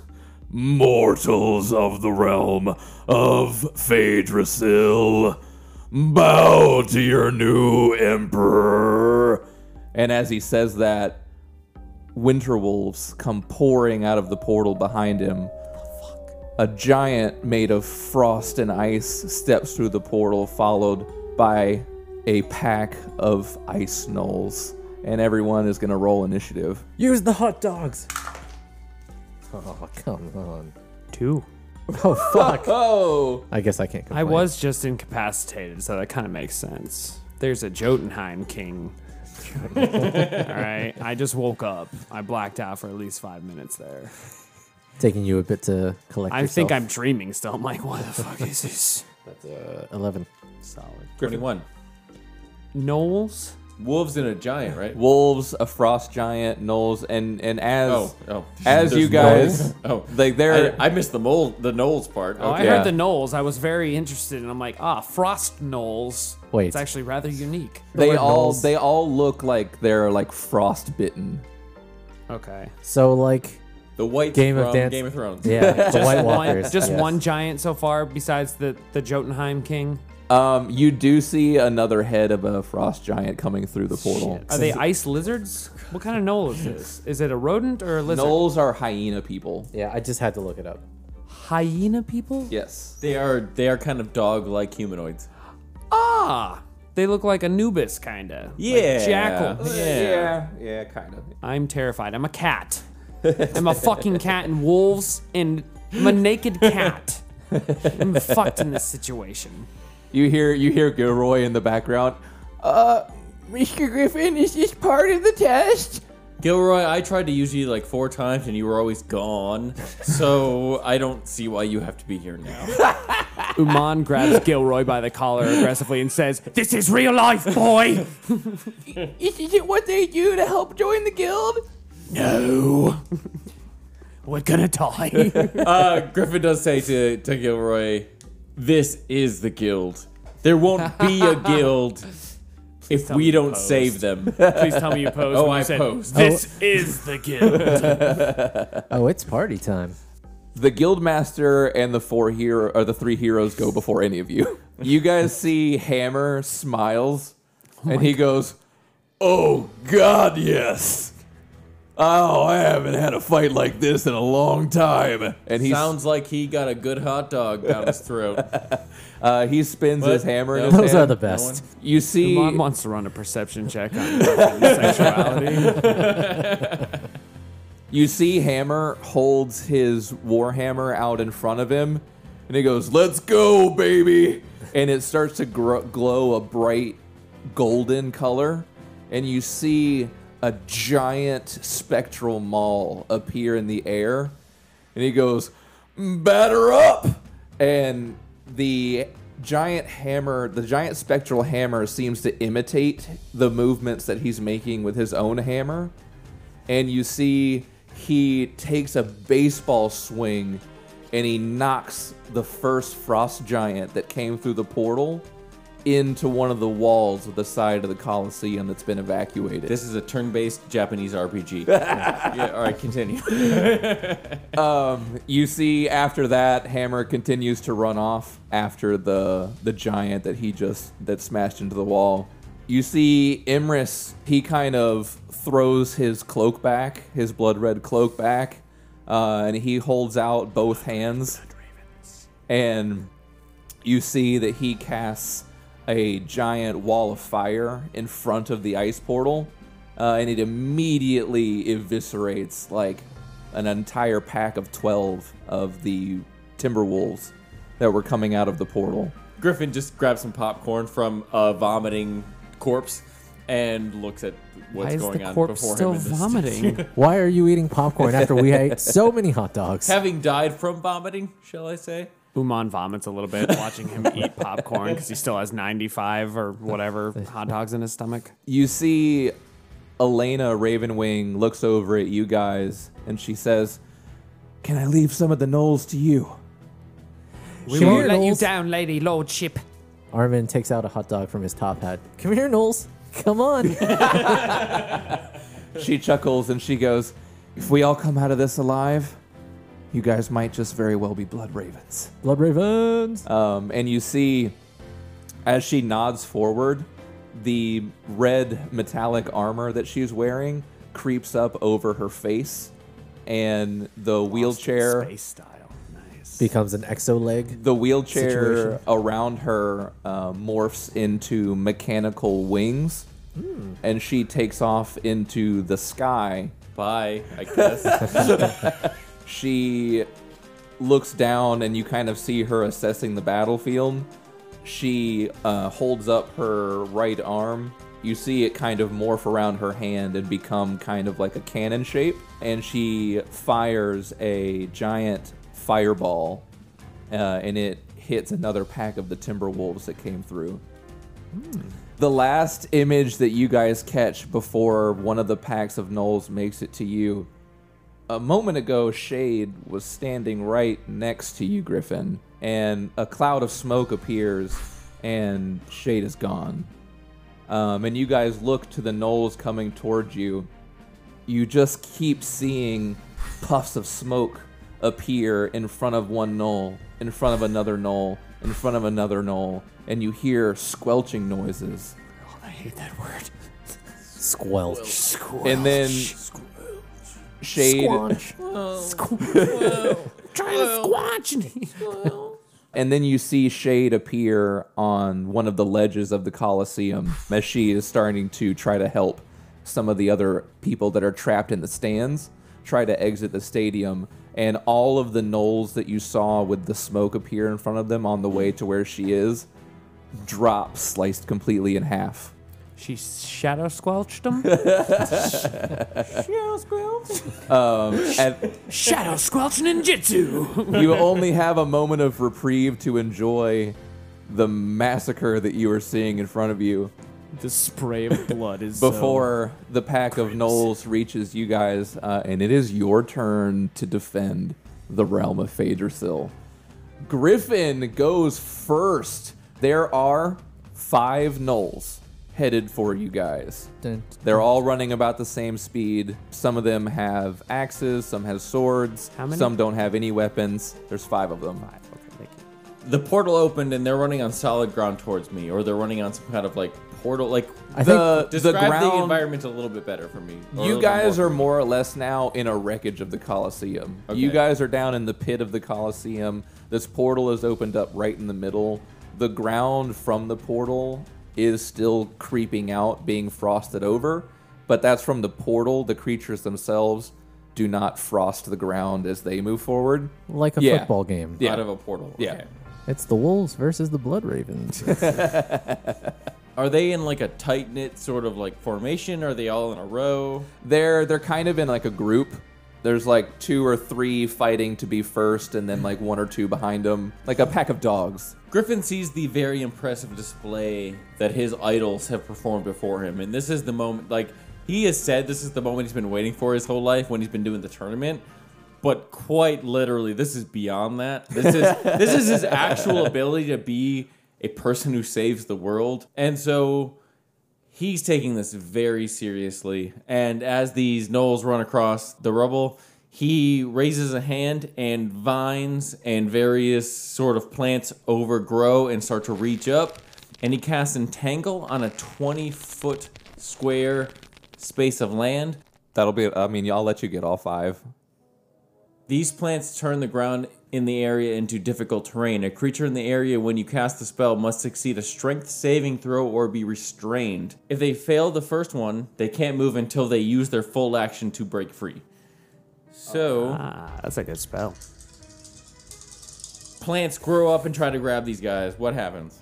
F: Mortals of the realm of Phaedrusil, bow to your new emperor.
A: And as he says that, winter wolves come pouring out of the portal behind him. A giant made of frost and ice steps through the portal, followed by a pack of ice gnolls. And everyone is going to roll initiative.
E: Use the hot dogs. Oh come on.
C: Two.
E: Oh fuck.
A: Oh!
E: I guess I can't. Complain.
C: I was just incapacitated, so that kind of makes sense. There's a Jotunheim king. All right, I just woke up. I blacked out for at least five minutes there.
E: taking you a bit to collect.
C: I
E: yourself.
C: think I'm dreaming still. I'm like, what the fuck is this?
E: uh, eleven.
C: Solid.
B: Griffin won.
C: Knowles
B: wolves and a giant, right?
A: wolves, a frost giant, gnolls, and and as
B: Oh, oh.
A: as
B: There's
A: you guys,
B: Oh,
A: like they're
B: I, I missed the mole, the Knowles part.
C: Oh, I
B: Okay.
A: Yeah.
C: heard the Knolls. I was very interested, and I'm like, ah, Frost Knolls.
E: Wait.
C: It's actually rather unique.
A: they
E: word
A: all
E: gnolls.
A: they all look like they're like frostbitten.
C: Okay.
E: So like,
B: the white
E: Game of
B: from
E: Dance-
B: Game of Thrones.
E: yeah, the White
C: One,
E: Walkers.
C: just
E: yes.
C: one giant so far, besides the, the Jotunheim King.
A: Um, you do see another head of a frost giant coming through the portal.
C: Are they ice lizards? What kind of knoll is this? Is it a rodent or a lizard?
A: Gnolls are hyena people.
E: Yeah, I just had to look it up.
C: Hyena people?
A: Yes.
B: They are they are kind of dog-like humanoids.
C: Ah, they look like Anubis, kinda.
B: Yeah.
C: like jackal.
B: Yeah.
A: yeah, kind of.
C: I'm terrified. I'm a cat. I'm a fucking cat, and wolves, and I'm a naked cat. I'm fucked in this situation.
A: You hear you hear Gilroy in the background. Uh, Mr. Griffin, is this part of the test?
B: Gilroy, I tried to use you like four times and you were always gone. So I don't see why you have to be here now.
C: Uman grabs Gilroy by the collar aggressively and says, "This is real life, boy."
A: Is, is it what they do to help join the guild?
C: no, Oh. we're gonna die.
B: Uh, Griffin does say to, to Gilroy, This is the guild. There won't be a guild if
C: tell me
B: we
C: you
B: don't
C: posed.
B: save them.
C: Please tell me you posed.
B: Oh,
C: when
B: I
C: you said,
B: posed.
C: This is the guild.
E: Oh, it's party time.
A: The guild master and the four hero or the three heroes go before any of you. You guys see Hammer smiles, and he goes,
F: Oh, God, yes. Oh, I haven't had a fight like this in a long time.
A: and he
B: Sounds like he got a good hot dog down his throat.
A: uh, he spins his
B: What?
A: hammer. In
B: No.
A: his
E: Those
A: hand.
E: are the best.
A: You see,
C: Uman wants to run a perception check on sexuality.
A: you see Hammer holds his warhammer out in front of him, and he goes,
F: Let's go, baby.
A: and it starts to gro- glow a bright golden color, and you see a giant spectral maul appear in the air, and he goes, "Batter up!" And the giant hammer, the giant spectral hammer, seems to imitate the movements that he's making with his own hammer, and you see he takes a baseball swing and he knocks the first frost giant that came through the portal into one of the walls of the side of the Colosseum that's been evacuated.
B: This is a turn-based Japanese RPG. yeah, all right, continue.
A: you see after that Hammer continues to run off after the the giant that he just that smashed into the wall. You see Imrus, he kind of throws his cloak back, his blood red cloak back, uh, and he holds out both hands. And you see that he casts a giant wall of fire in front of the ice portal, uh, and it immediately eviscerates like an entire pack of 12 of the Timberwolves that were coming out of the portal.
B: Griffin just grabs some popcorn from a vomiting corpse and looks at what's
C: Why is
B: going
C: the
B: on
C: corpse
B: before
C: still
B: him. in this-
C: vomiting?
E: Why are you eating popcorn after we ate so many hot dogs?
B: Having died from vomiting, shall I say?
C: Uman vomits a little bit watching him eat popcorn because he still has 95 or whatever hot dogs in his stomach.
A: You see Elena Ravenwing looks over at you guys and she says, Can I leave some of the knolls to you?
C: We
E: Sure,
C: won't let you
E: Knowles.
C: down, Lady Lordship.
E: Armin takes out a hot dog from his top hat. Come here, Knowles. Come on.
A: She chuckles and she goes, If we all come out of this alive, you guys might just very well be blood ravens.
E: Blood Ravens.
A: Um, and you see, as she nods forward, the red metallic armor that she's wearing creeps up over her face, and the wheelchair,
C: Space style. Nice.
E: Becomes an exo leg.
A: the wheelchair
E: Situation.
A: around her uh, morphs into mechanical wings, and she takes off into the sky.
B: Bye, I guess.
A: She looks down, and you kind of see her assessing the battlefield. She uh, holds up her right arm. You see it kind of morph around her hand and become kind of like a cannon shape. And she fires a giant fireball, uh, and it hits another pack of the Timberwolves that came through. The last image that you guys catch before one of the packs of gnolls makes it to you, a moment ago, Shade was standing right next to you, Griffin, and a cloud of smoke appears, and Shade is gone. Um, and you guys look to the gnolls coming towards you. You just keep seeing puffs of smoke appear in front of one knoll, in front of another knoll, in front of another knoll, and you hear squelching noises.
E: Squelch.
A: And then Shade. And then you see Shade appear on one of the ledges of the Colosseum as she is starting to try to help some of the other people that are trapped in the stands try to exit the stadium. And all of the knolls that you saw with the smoke appear in front of them on the way to where she is drop sliced completely in half.
C: She shadow squelched him.
A: And
C: shadow squelch ninjutsu.
A: you only have a moment of reprieve to enjoy the massacre that you are seeing in front of you.
C: the spray of blood is so-
A: before the pack of gnolls reaches you guys, uh, and it is your turn to defend the realm of Phaedrusil. Griffin goes first. There are five gnolls headed for you guys.
D: Dun.
A: They're all running about the same speed. Some of them have axes, some have swords,
C: How many?
A: some don't have any weapons. There's five of them.
B: The portal opened and they're running on solid ground towards me, or they're running on some kind of like portal. Like
E: I
A: The,
E: think
A: the
B: describe the,
A: ground
B: environment a little bit better for me. or a
A: You
B: little
A: guys
B: more.
A: are more or less now in a wreckage of the Colosseum. You
B: Okay.
A: guys are down in the pit of the Colosseum. This portal is opened up right in the middle. The ground from the portal is still creeping out, being frosted over, but that's from the portal. The creatures themselves do not frost the ground as they move forward.
G: Like a
A: Yeah.
G: football game.
A: Yeah.
B: out of a portal.
A: Yeah.
B: Okay.
G: It's the Wolves versus the Blood Ravens.
B: Are they in like a tight knit sort of like formation? Are they all in a row?
A: They're they're kind of in like a group. There's like two or three fighting to be first, and then like one or two behind them, like a pack of dogs.
B: Griffin sees the very impressive display that his idols have performed before him, and this is the moment. Like he has said, this is the moment he's been waiting for his whole life when he's been doing the tournament. But quite literally, this is beyond that. This is this is his actual ability to be a person who saves the world, and so he's taking this very seriously. And as these gnolls run across the rubble, he raises a hand, and vines and various sort of plants overgrow and start to reach up. And he casts Entangle on a 20 foot square space of land.
A: That'll be. I mean, I'll let you get all five.
B: These plants turn the ground in the area into difficult terrain. A creature in the area, when you cast the spell, must succeed a strength saving throw or be restrained. If they fail the first one, they can't move until they use their full action to break free. So,
C: Ah, that's a good spell.
B: plants grow up and try to grab these guys. What happens?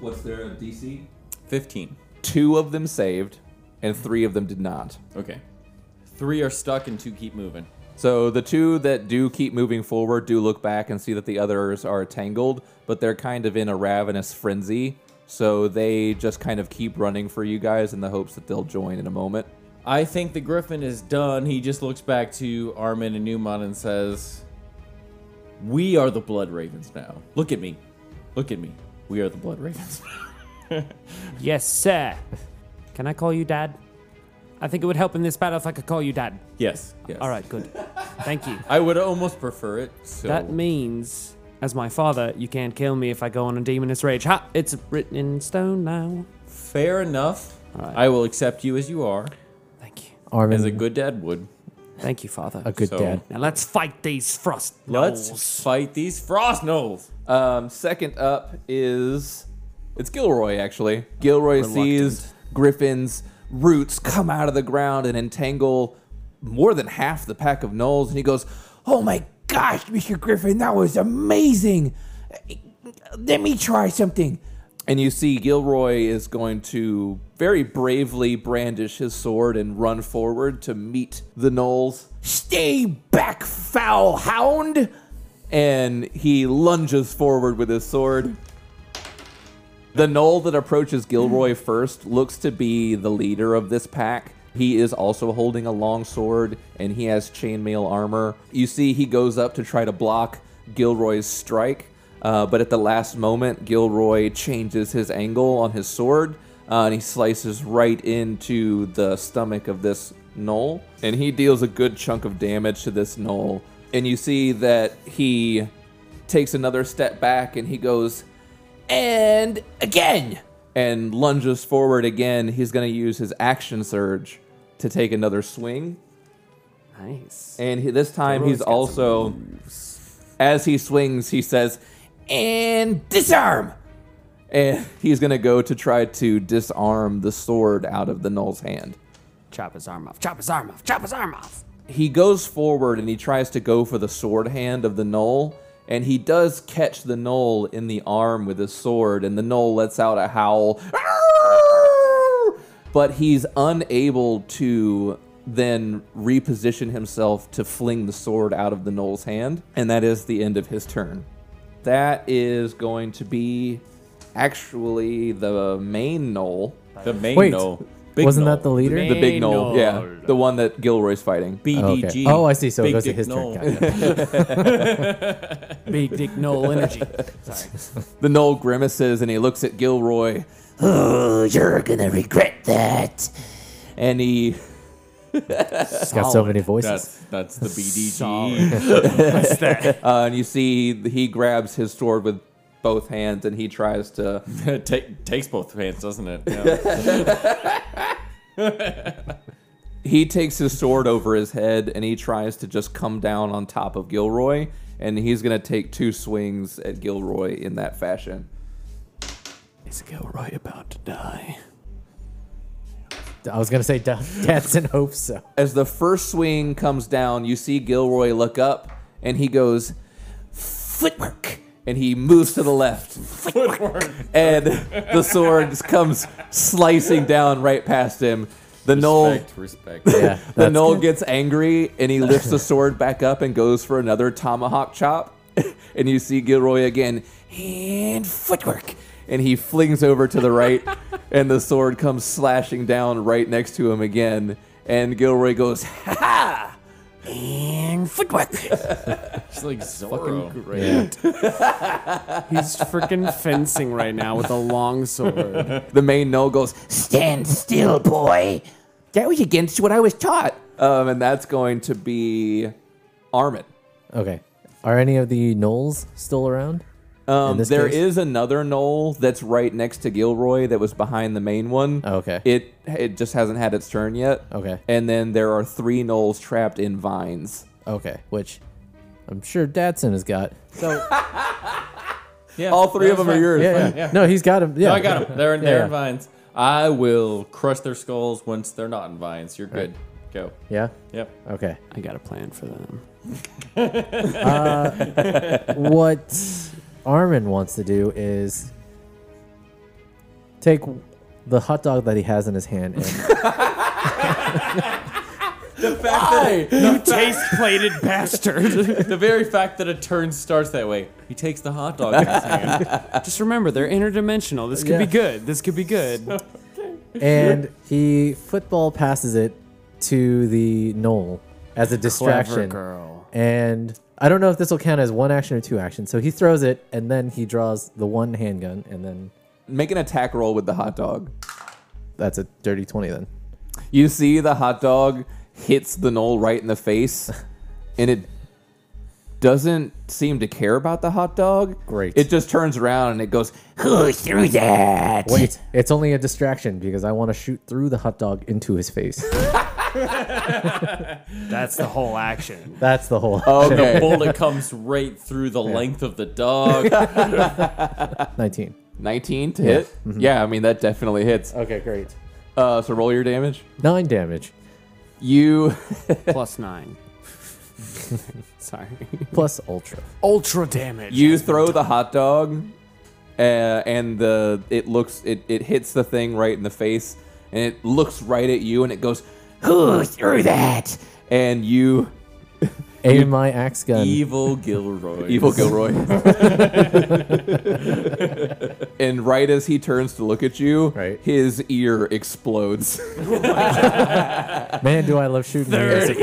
A: What's their DC?
B: 15.
A: Two of them saved, and three of them did not.
B: Okay. Three are stuck and two keep moving.
A: So the two that do keep moving forward do look back and see that the others are tangled, but they're kind of in a ravenous frenzy. So they just kind of keep running for you guys in the hopes that they'll join in a moment.
B: I think the Griffin is done. He just looks back to Armin and Newman and says, We are the Blood Ravens now. Look at me. Look at me. We are the Blood Ravens.
C: Yes, sir. Can I call you dad? I think it would help in this battle if I could call you dad.
B: yes, yes.
C: All right, good. Thank you.
B: I would almost prefer it. So
C: That means, as my father, you can't kill me if I go on a demonist rage. Ha! It's written in stone now.
B: fair enough.
C: right.
B: I will accept you as you are,
C: Thank you.
G: Armin,
B: as a good dad would.
C: Oh, Thank you, father.
G: a good
B: so-
G: dad.
C: Now let's fight these frost
B: Let's
C: gnolls.
B: fight these Frost Gnolls.
A: Um, second up is it's Gilroy actually. Gilroy sees Griffin's roots come out of the ground and entangle more than half the pack of gnolls, and he goes, "Oh my gosh, Mr. Griffin, that was amazing! Let me try something." And you see Gilroy is going to very bravely brandish his sword and run forward to meet the gnolls. Stay back, foul hound! and he lunges forward with his sword. The knoll that approaches Gilroy first looks to be the leader of this pack. He is also holding a long sword and he has chainmail armor. You see, he goes up to try to block Gilroy's strike, uh, but at the last moment, Gilroy changes his angle on his sword uh, and he slices right into the stomach of this knoll. And he deals a good chunk of damage to this knoll. And you see that he takes another step back and he goes, and again, and lunges forward again. He's going to use his action surge to take another swing.
C: Nice.
A: And he, this time he's also, as he swings, he says, and disarm. And he's going to go to try to disarm the sword out of the Null's hand.
C: Chop his arm off. Chop his arm off. Chop his arm off.
A: he goes forward and he tries to go for the sword hand of the knoll and he does catch the knoll in the arm with his sword and the knoll lets out a howl but he's unable to then reposition himself to fling the sword out of the knoll's hand and that is the end of his turn that is going to be actually the main knoll
B: The main
G: Wait,
B: knoll.
G: Wasn't that the leader?
A: the big knoll
B: Knoll.
A: yeah the one that gilroy's fighting
G: Oh, okay.
B: BDG.
G: Oh,
E: I see. So
B: Big
E: it goes to
B: Dick
E: his turn.
B: Knoll.
E: Gotcha.
C: Big dick Noel energy. Sorry.
A: The knoll grimaces and he looks at Gilroy. Oh, you're gonna regret that. And he
E: It's got so many voices.
B: That's that's the BDG.
A: uh, and you see he grabs his sword with both hands and he tries to
B: Take, takes both hands, doesn't it? Yeah.
A: he takes his sword over his head and he tries to just come down on top of Gilroy and he's gonna take two swings at Gilroy in that fashion.
C: Is Gilroy about to die?
E: I was gonna say da- dance and hope so.
A: As the first swing comes down, you see Gilroy look up and he goes, footwork. And he moves to the left. And the sword just comes slicing down right past him. The knoll,
B: respect, respect. Yeah.
A: the knoll gets angry and he lifts the sword back up and goes for another tomahawk chop. and you see Gilroy again, and footwork. And he flings over to the right, and the sword comes slashing down right next to him again. And Gilroy goes, ha ha!
C: And footwork.
B: It's like Zorro.
G: Great.
C: He's freaking fencing right now with a long sword.
A: The main no goes, Stand still, boy. That was against what I was taught. Um, and that's going to be Armin.
E: Okay. Are any of the Knolls still around?
A: Um,
E: In
A: there
E: this
A: is
E: case?
A: another knoll that's right next to Gilroy that was behind the main one.
E: Oh, okay.
A: It it just hasn't had its turn yet.
E: Okay.
A: And then there are three knolls trapped in vines.
E: Okay, which I'm sure Datsun has got.
B: Yeah,
A: All three of them are yours.
E: Yeah, yeah. No, he's got him. Yeah,
B: I got them. They're in, they're
E: Yeah.
B: in vines. I will crush their skulls once they're not in vines. You're good. Go.
E: Yeah.
B: Yep.
E: Okay.
C: I got a plan for them.
E: what Armin wants to do is take the hot dog that he has in his hand and
C: You taste plated bastard.
B: The very fact that a turn starts that way, he takes the hot dog. in his hand.
C: Just remember, they're interdimensional. This could be
E: Yeah.
C: good. This could be good.
E: and he football passes it to the knoll as a
C: Clever
E: distraction.
C: girl.
E: And I don't know if this will count as one action or two actions. So he throws it and then he draws the one handgun and then
A: Make an attack roll with the hot dog.
E: that's a dirty 20 then.
A: You see the hot dog hits the knoll right in the face, and it doesn't seem to care about the hot dog.
E: Great.
A: It just turns around and it goes, Who threw that?
E: Wait, it's only a distraction because I want to shoot through the hot dog into his face.
C: That's the whole action.
E: That's the whole
C: Oh.
B: The
A: Okay.
B: bullet comes right through the length of the dog.
E: 19.
A: 19 to hit?
E: Mm-hmm.
A: Yeah, I mean, that definitely hits.
E: Okay, great.
A: Uh, so roll your damage.
E: Nine damage.
A: You
C: Plus nine. Sorry.
E: plus ultra.
C: Ultra damage.
A: you throw the hot dog, uh, and the it looks it, it hits the thing right in the face, and it looks right at you, and it goes, "Who threw that?" And you
E: Aim my axe gun.
B: Evil Gilroy.
A: Evil Gilroy. and right as he turns to look at you,
E: Right.
A: his ear explodes.
E: Man, do I love shooting music.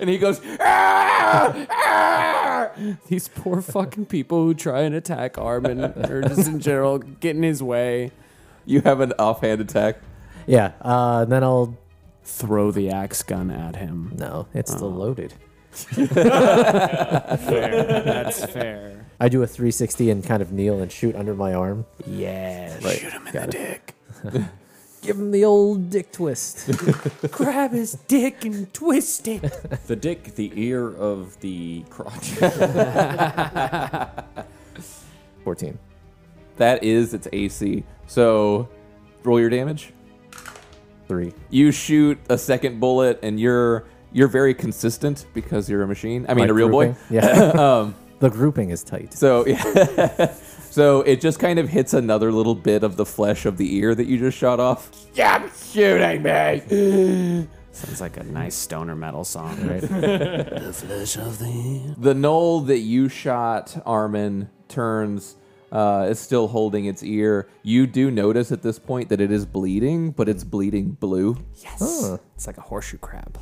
A: and he goes, "Ah! Ah!"
C: These poor fucking people who try and attack Armin or just in general get in his way.
A: You have an offhand attack.
E: yeah. Uh, and then I'll.
C: Throw the axe gun at him.
E: No, it's
C: Oh.
E: still loaded.
C: Fair. That's fair.
E: I do a 360 and kind of kneel and shoot under my arm.
C: Yeah. Shoot him in the dick.
E: Give him the old dick twist.
C: Grab his dick and twist it.
B: The dick, the ear of the crotch.
E: 14.
A: That is its AC. So roll your damage.
E: Three.
A: You shoot a second bullet, and you're you're very consistent because you're a machine. I mean,
E: Like
A: a real boy.
E: grouping. Yeah. the grouping is tight.
A: So yeah. so it just kind of hits another little bit of the flesh of the ear that you just shot off. Stop shooting me!
C: Sounds like a nice stoner metal song, right? the flesh of the.
A: The knoll that you shot, Armin, turns. Uh, is still holding its ear. You do notice at this point that it is bleeding, but it's bleeding blue.
E: Huh.
C: It's like a horseshoe crab.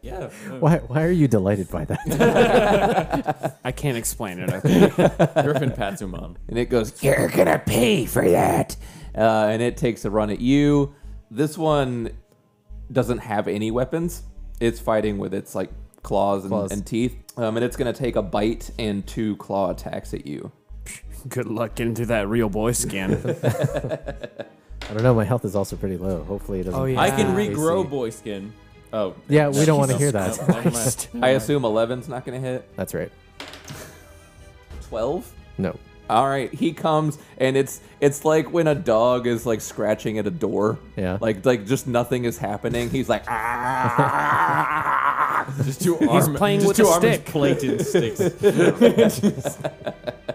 B: yeah.
A: Hmm.
E: Why, why are you delighted by that?
C: I can't explain it. I think.
B: Griffin Patsuman.
A: and it goes, "You're gonna pay for that," uh, and it takes a run at you. This one doesn't have any weapons. It's fighting with its like claws and, and teeth, um, and it's gonna take a bite and two claw attacks at you.
C: Good luck getting through that real boy skin.
E: I don't know. My health is also pretty low. Hopefully it doesn't.
C: Oh, yeah.
B: I can
C: Ah, I
B: regrow
E: see.
B: boy skin. Oh.
E: Yeah, we don't want to hear
B: Jesus
E: that.
B: Never mind.
A: I assume 11's not gonna hit.
E: That's right.
A: 12.
E: No.
A: All right, he comes and it's it's like when a dog is like scratching at a door.
E: Yeah.
A: Like like just nothing is happening. He's like ah.
B: Just two arms.
C: playing
B: just
C: with
B: two
C: a
B: arms
C: stick.
B: plated sticks.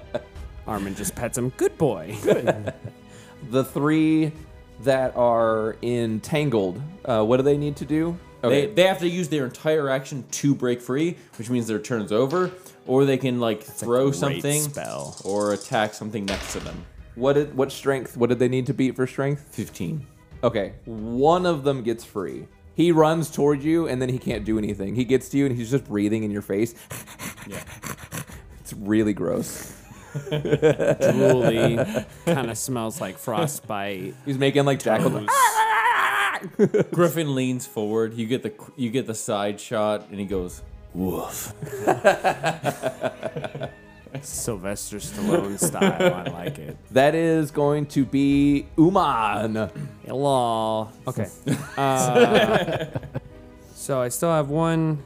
C: Armin just pets him. Good boy.
A: the three that are entangled, uh, what do they need to do?
B: They, they have to use their entire action to break free, which means their turn's over, or they can like throw
C: great
B: something
C: spell.
B: or attack something next to them.
A: what did, what strength? What did they need to beat for strength?
B: Fifteen.
A: Okay, one of them gets free. He runs toward you, and then he can't do anything. He gets to you, and he's just breathing in your face. it's really gross.
C: Drooly. Kind of smells like frostbite.
A: He's making like jackal. Ah!
B: Griffin leans forward. You get the you get the side shot, and he goes woof.
C: Sylvester Stallone style. I like it.
A: That is going to be Uman.
C: Hello. Okay. Uh, so I still have one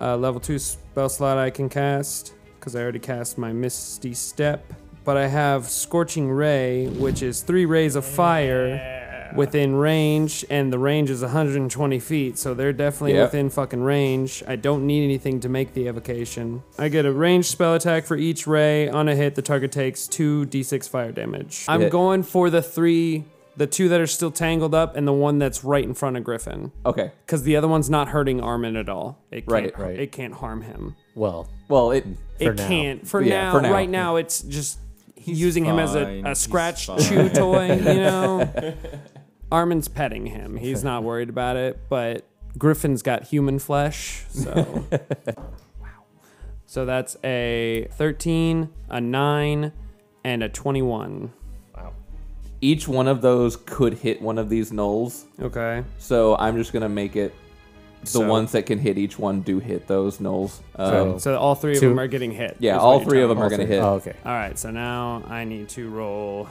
C: uh, level two spell slot I can cast because I already cast my Misty Step. But I have Scorching Ray, which is three rays of fire within range, and the range is 120 feet, so they're definitely
A: Yep.
C: within fucking range. I don't need anything to make the evocation. I get a ranged spell attack for each ray. On a hit, the target takes 2d6 fire damage. I'm
A: Yeah.
C: going for the three, the two that are still tangled up, and the one that's right in front of Griffin.
A: Okay,
C: Because the other one's not hurting Armin at all. It can't,
A: Right,
E: right.
C: It can't harm him.
E: Well,
A: well it
E: For
C: it
E: now.
C: can't. For,
A: Yeah,
C: now,
A: for now.
C: Right now, it's just using him as
B: fine.
C: a, a
B: He's
C: scratch
B: fine.
C: chew toy, you know? Armin's petting him. He's not worried about it, but Griffin's got human flesh, so. wow. So that's a 13, a 9, and a 21.
A: each one of those could hit one of these knolls.
C: Okay.
A: So I'm just gonna make it the
C: So-
A: ones that can hit each one do hit those knolls. Um,
C: So all three of
E: Two.
C: them are getting hit.
A: yeah,
C: is what
A: all
C: you're
A: three of
C: telling
A: them are gonna hit.
E: oh, okay.
C: All right, so now I need to roll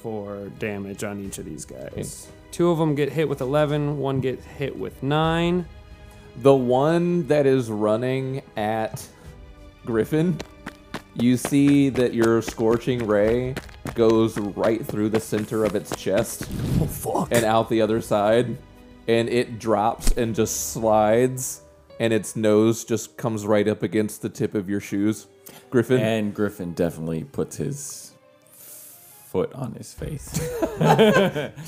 C: for damage on each of these guys. Two of them get hit with 11, one get hit with 9.
A: The one that is running at Griffin, you see that your scorching ray goes right through the center of its chest and out the other side, and it drops and just slides, and its nose just comes right up against the tip of your shoes, Griffin.
B: And Griffin definitely puts his foot on his face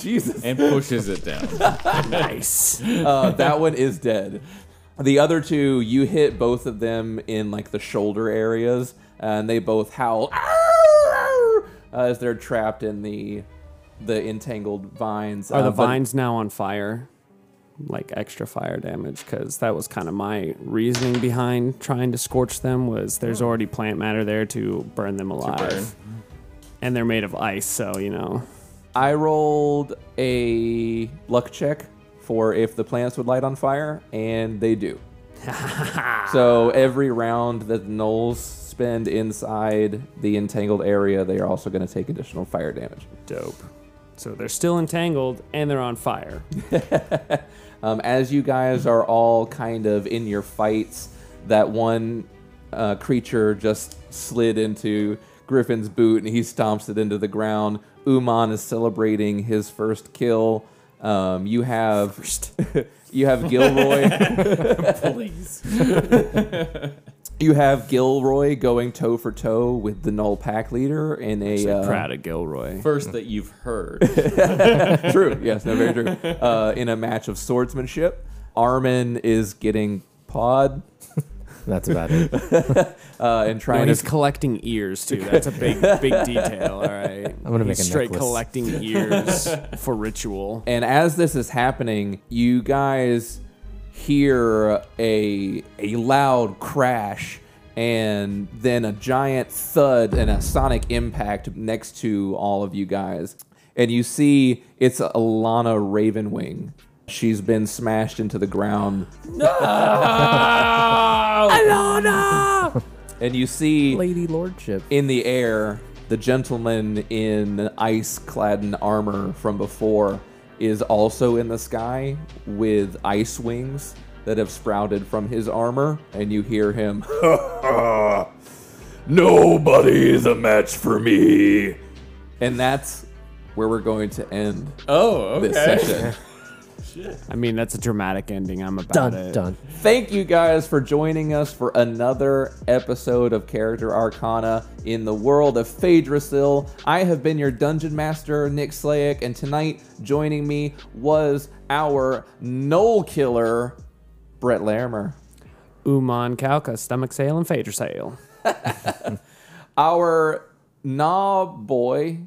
A: Jesus,
B: and pushes it down.
C: Nice.
A: uh, that one is dead. The other two, you hit both of them in like the shoulder areas, and they both howl "Arr, arr," as they're trapped in the the entangled vines.
C: Are
A: Uh,
C: the
A: but-
C: vines now on fire? Like extra fire damage? Because that was kind of my reasoning behind trying to scorch them was there's already plant matter there to burn them alive. And they're made of ice, so you know.
A: I rolled a luck check for if the plants would light on fire, and they do. so every round that the gnolls spend inside the entangled area, they are also going to take additional fire damage.
C: Dope. So they're still entangled and they're on fire.
A: Um, as you guys are all kind of in your fights, that one uh, creature just slid into Griffin's boot and he stomps it into the ground. Uman is celebrating his first kill. Um, you have you have Gilroy.
B: Please.
A: You have Gilroy going toe for toe with the Null Pack leader in a uh,
C: Proud of Gilroy.
B: First that you've heard.
A: true. Yes, no, very true. Uh, in a match of swordsmanship, Armin is getting pawed
E: That's about it.
A: uh, and
C: No,
A: trying
C: he's
A: to.
C: collecting ears too. That's a big, big detail. All right. I'm
E: gonna make a
C: straight
E: necklace.
C: collecting ears for ritual.
A: And as this is happening, you guys hear a a loud crash and then a giant thud and a sonic impact next to all of you guys. And you see it's Alana Ravenwing. She's been smashed into the ground. Alana! And you see
G: Lady Lordship.
A: in the air, the gentleman in ice clad armor from before is also in the sky with ice wings that have sprouted from his armor, and you hear him.
F: Nobody's a match for me.
A: And that's where we're going to end
B: Oh, okay.
A: this session.
C: I mean, that's a dramatic ending. I'm about
E: done,
C: it.
E: done.
A: Thank you guys for joining us for another episode of Character Arcana in the world of Phaedrusil. I have been your dungeon master, Nick Slayick, and tonight joining me was our Knoll Killer, Brett Larimer.
C: Uman Kalka, stomach sale and phaedra sale.
A: Our Nah Boy,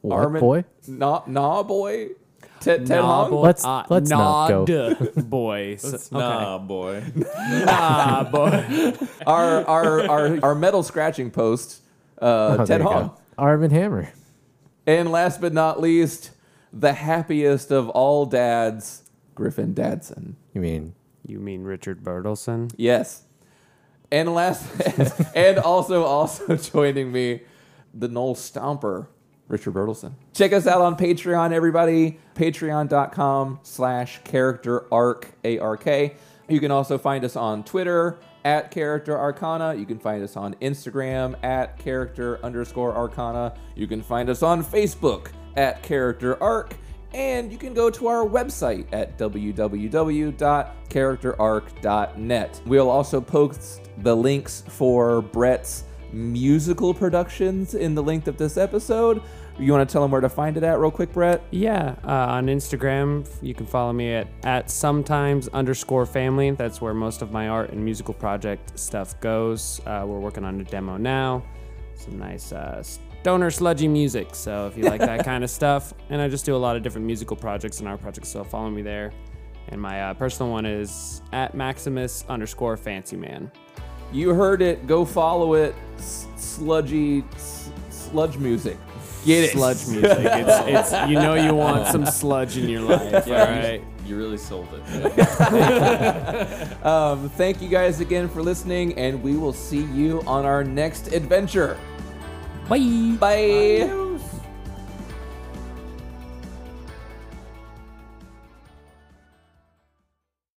G: What
A: Armin.
G: boy?
A: Nah, nah Boy, Ted, Ted
C: Nah,
A: Hong.
C: boy.
G: Let's- let's not
C: nah,
G: go.
C: duh, boy. So-
B: Nah, boy.
C: Nah, boy.
A: Our, our, our, our metal scratching post, uh,
G: Oh, there
A: Ted
G: you go.
A: Hong.
G: Armin Hammer.
A: And last but not least, the happiest of all dads, Griffin Dadson.
G: You mean
C: You mean Richard Bertelson?
A: Yes. And last and also also joining me, the Knoll Stomper, Richard Bertelson. Check us out on Patreon, everybody. Patreon.com slash character arc A-R-K. You can also find us on Twitter at character arcana. You can find us on Instagram at character underscore arcana. You can find us on Facebook at character arc. And you can go to our website at www.characterarc.net. We'll also post the links for Brett's musical productions in the length of this episode. You want to tell them where to find it at, real quick, Brett?
C: Yeah, uh, on Instagram, you can follow me at, at sometimes underscore family. That's where most of my art and musical project stuff goes. Uh, we're working on a demo now. Some nice uh, stoner sludgy music. So if you like that kind of stuff, and I just do a lot of different musical projects and art projects, so follow me there. And my uh, personal one is at Maximus underscore fancy man.
A: You heard it. Go follow it. S- sludgy, s- sludge music. Get it.
C: Sludge music. It's, it's you know you want some sludge in your life.
B: Yeah,
C: all right.
B: you, you really sold it.
A: Um, thank you guys again for listening, and we will see you on our next adventure. Bye. Bye.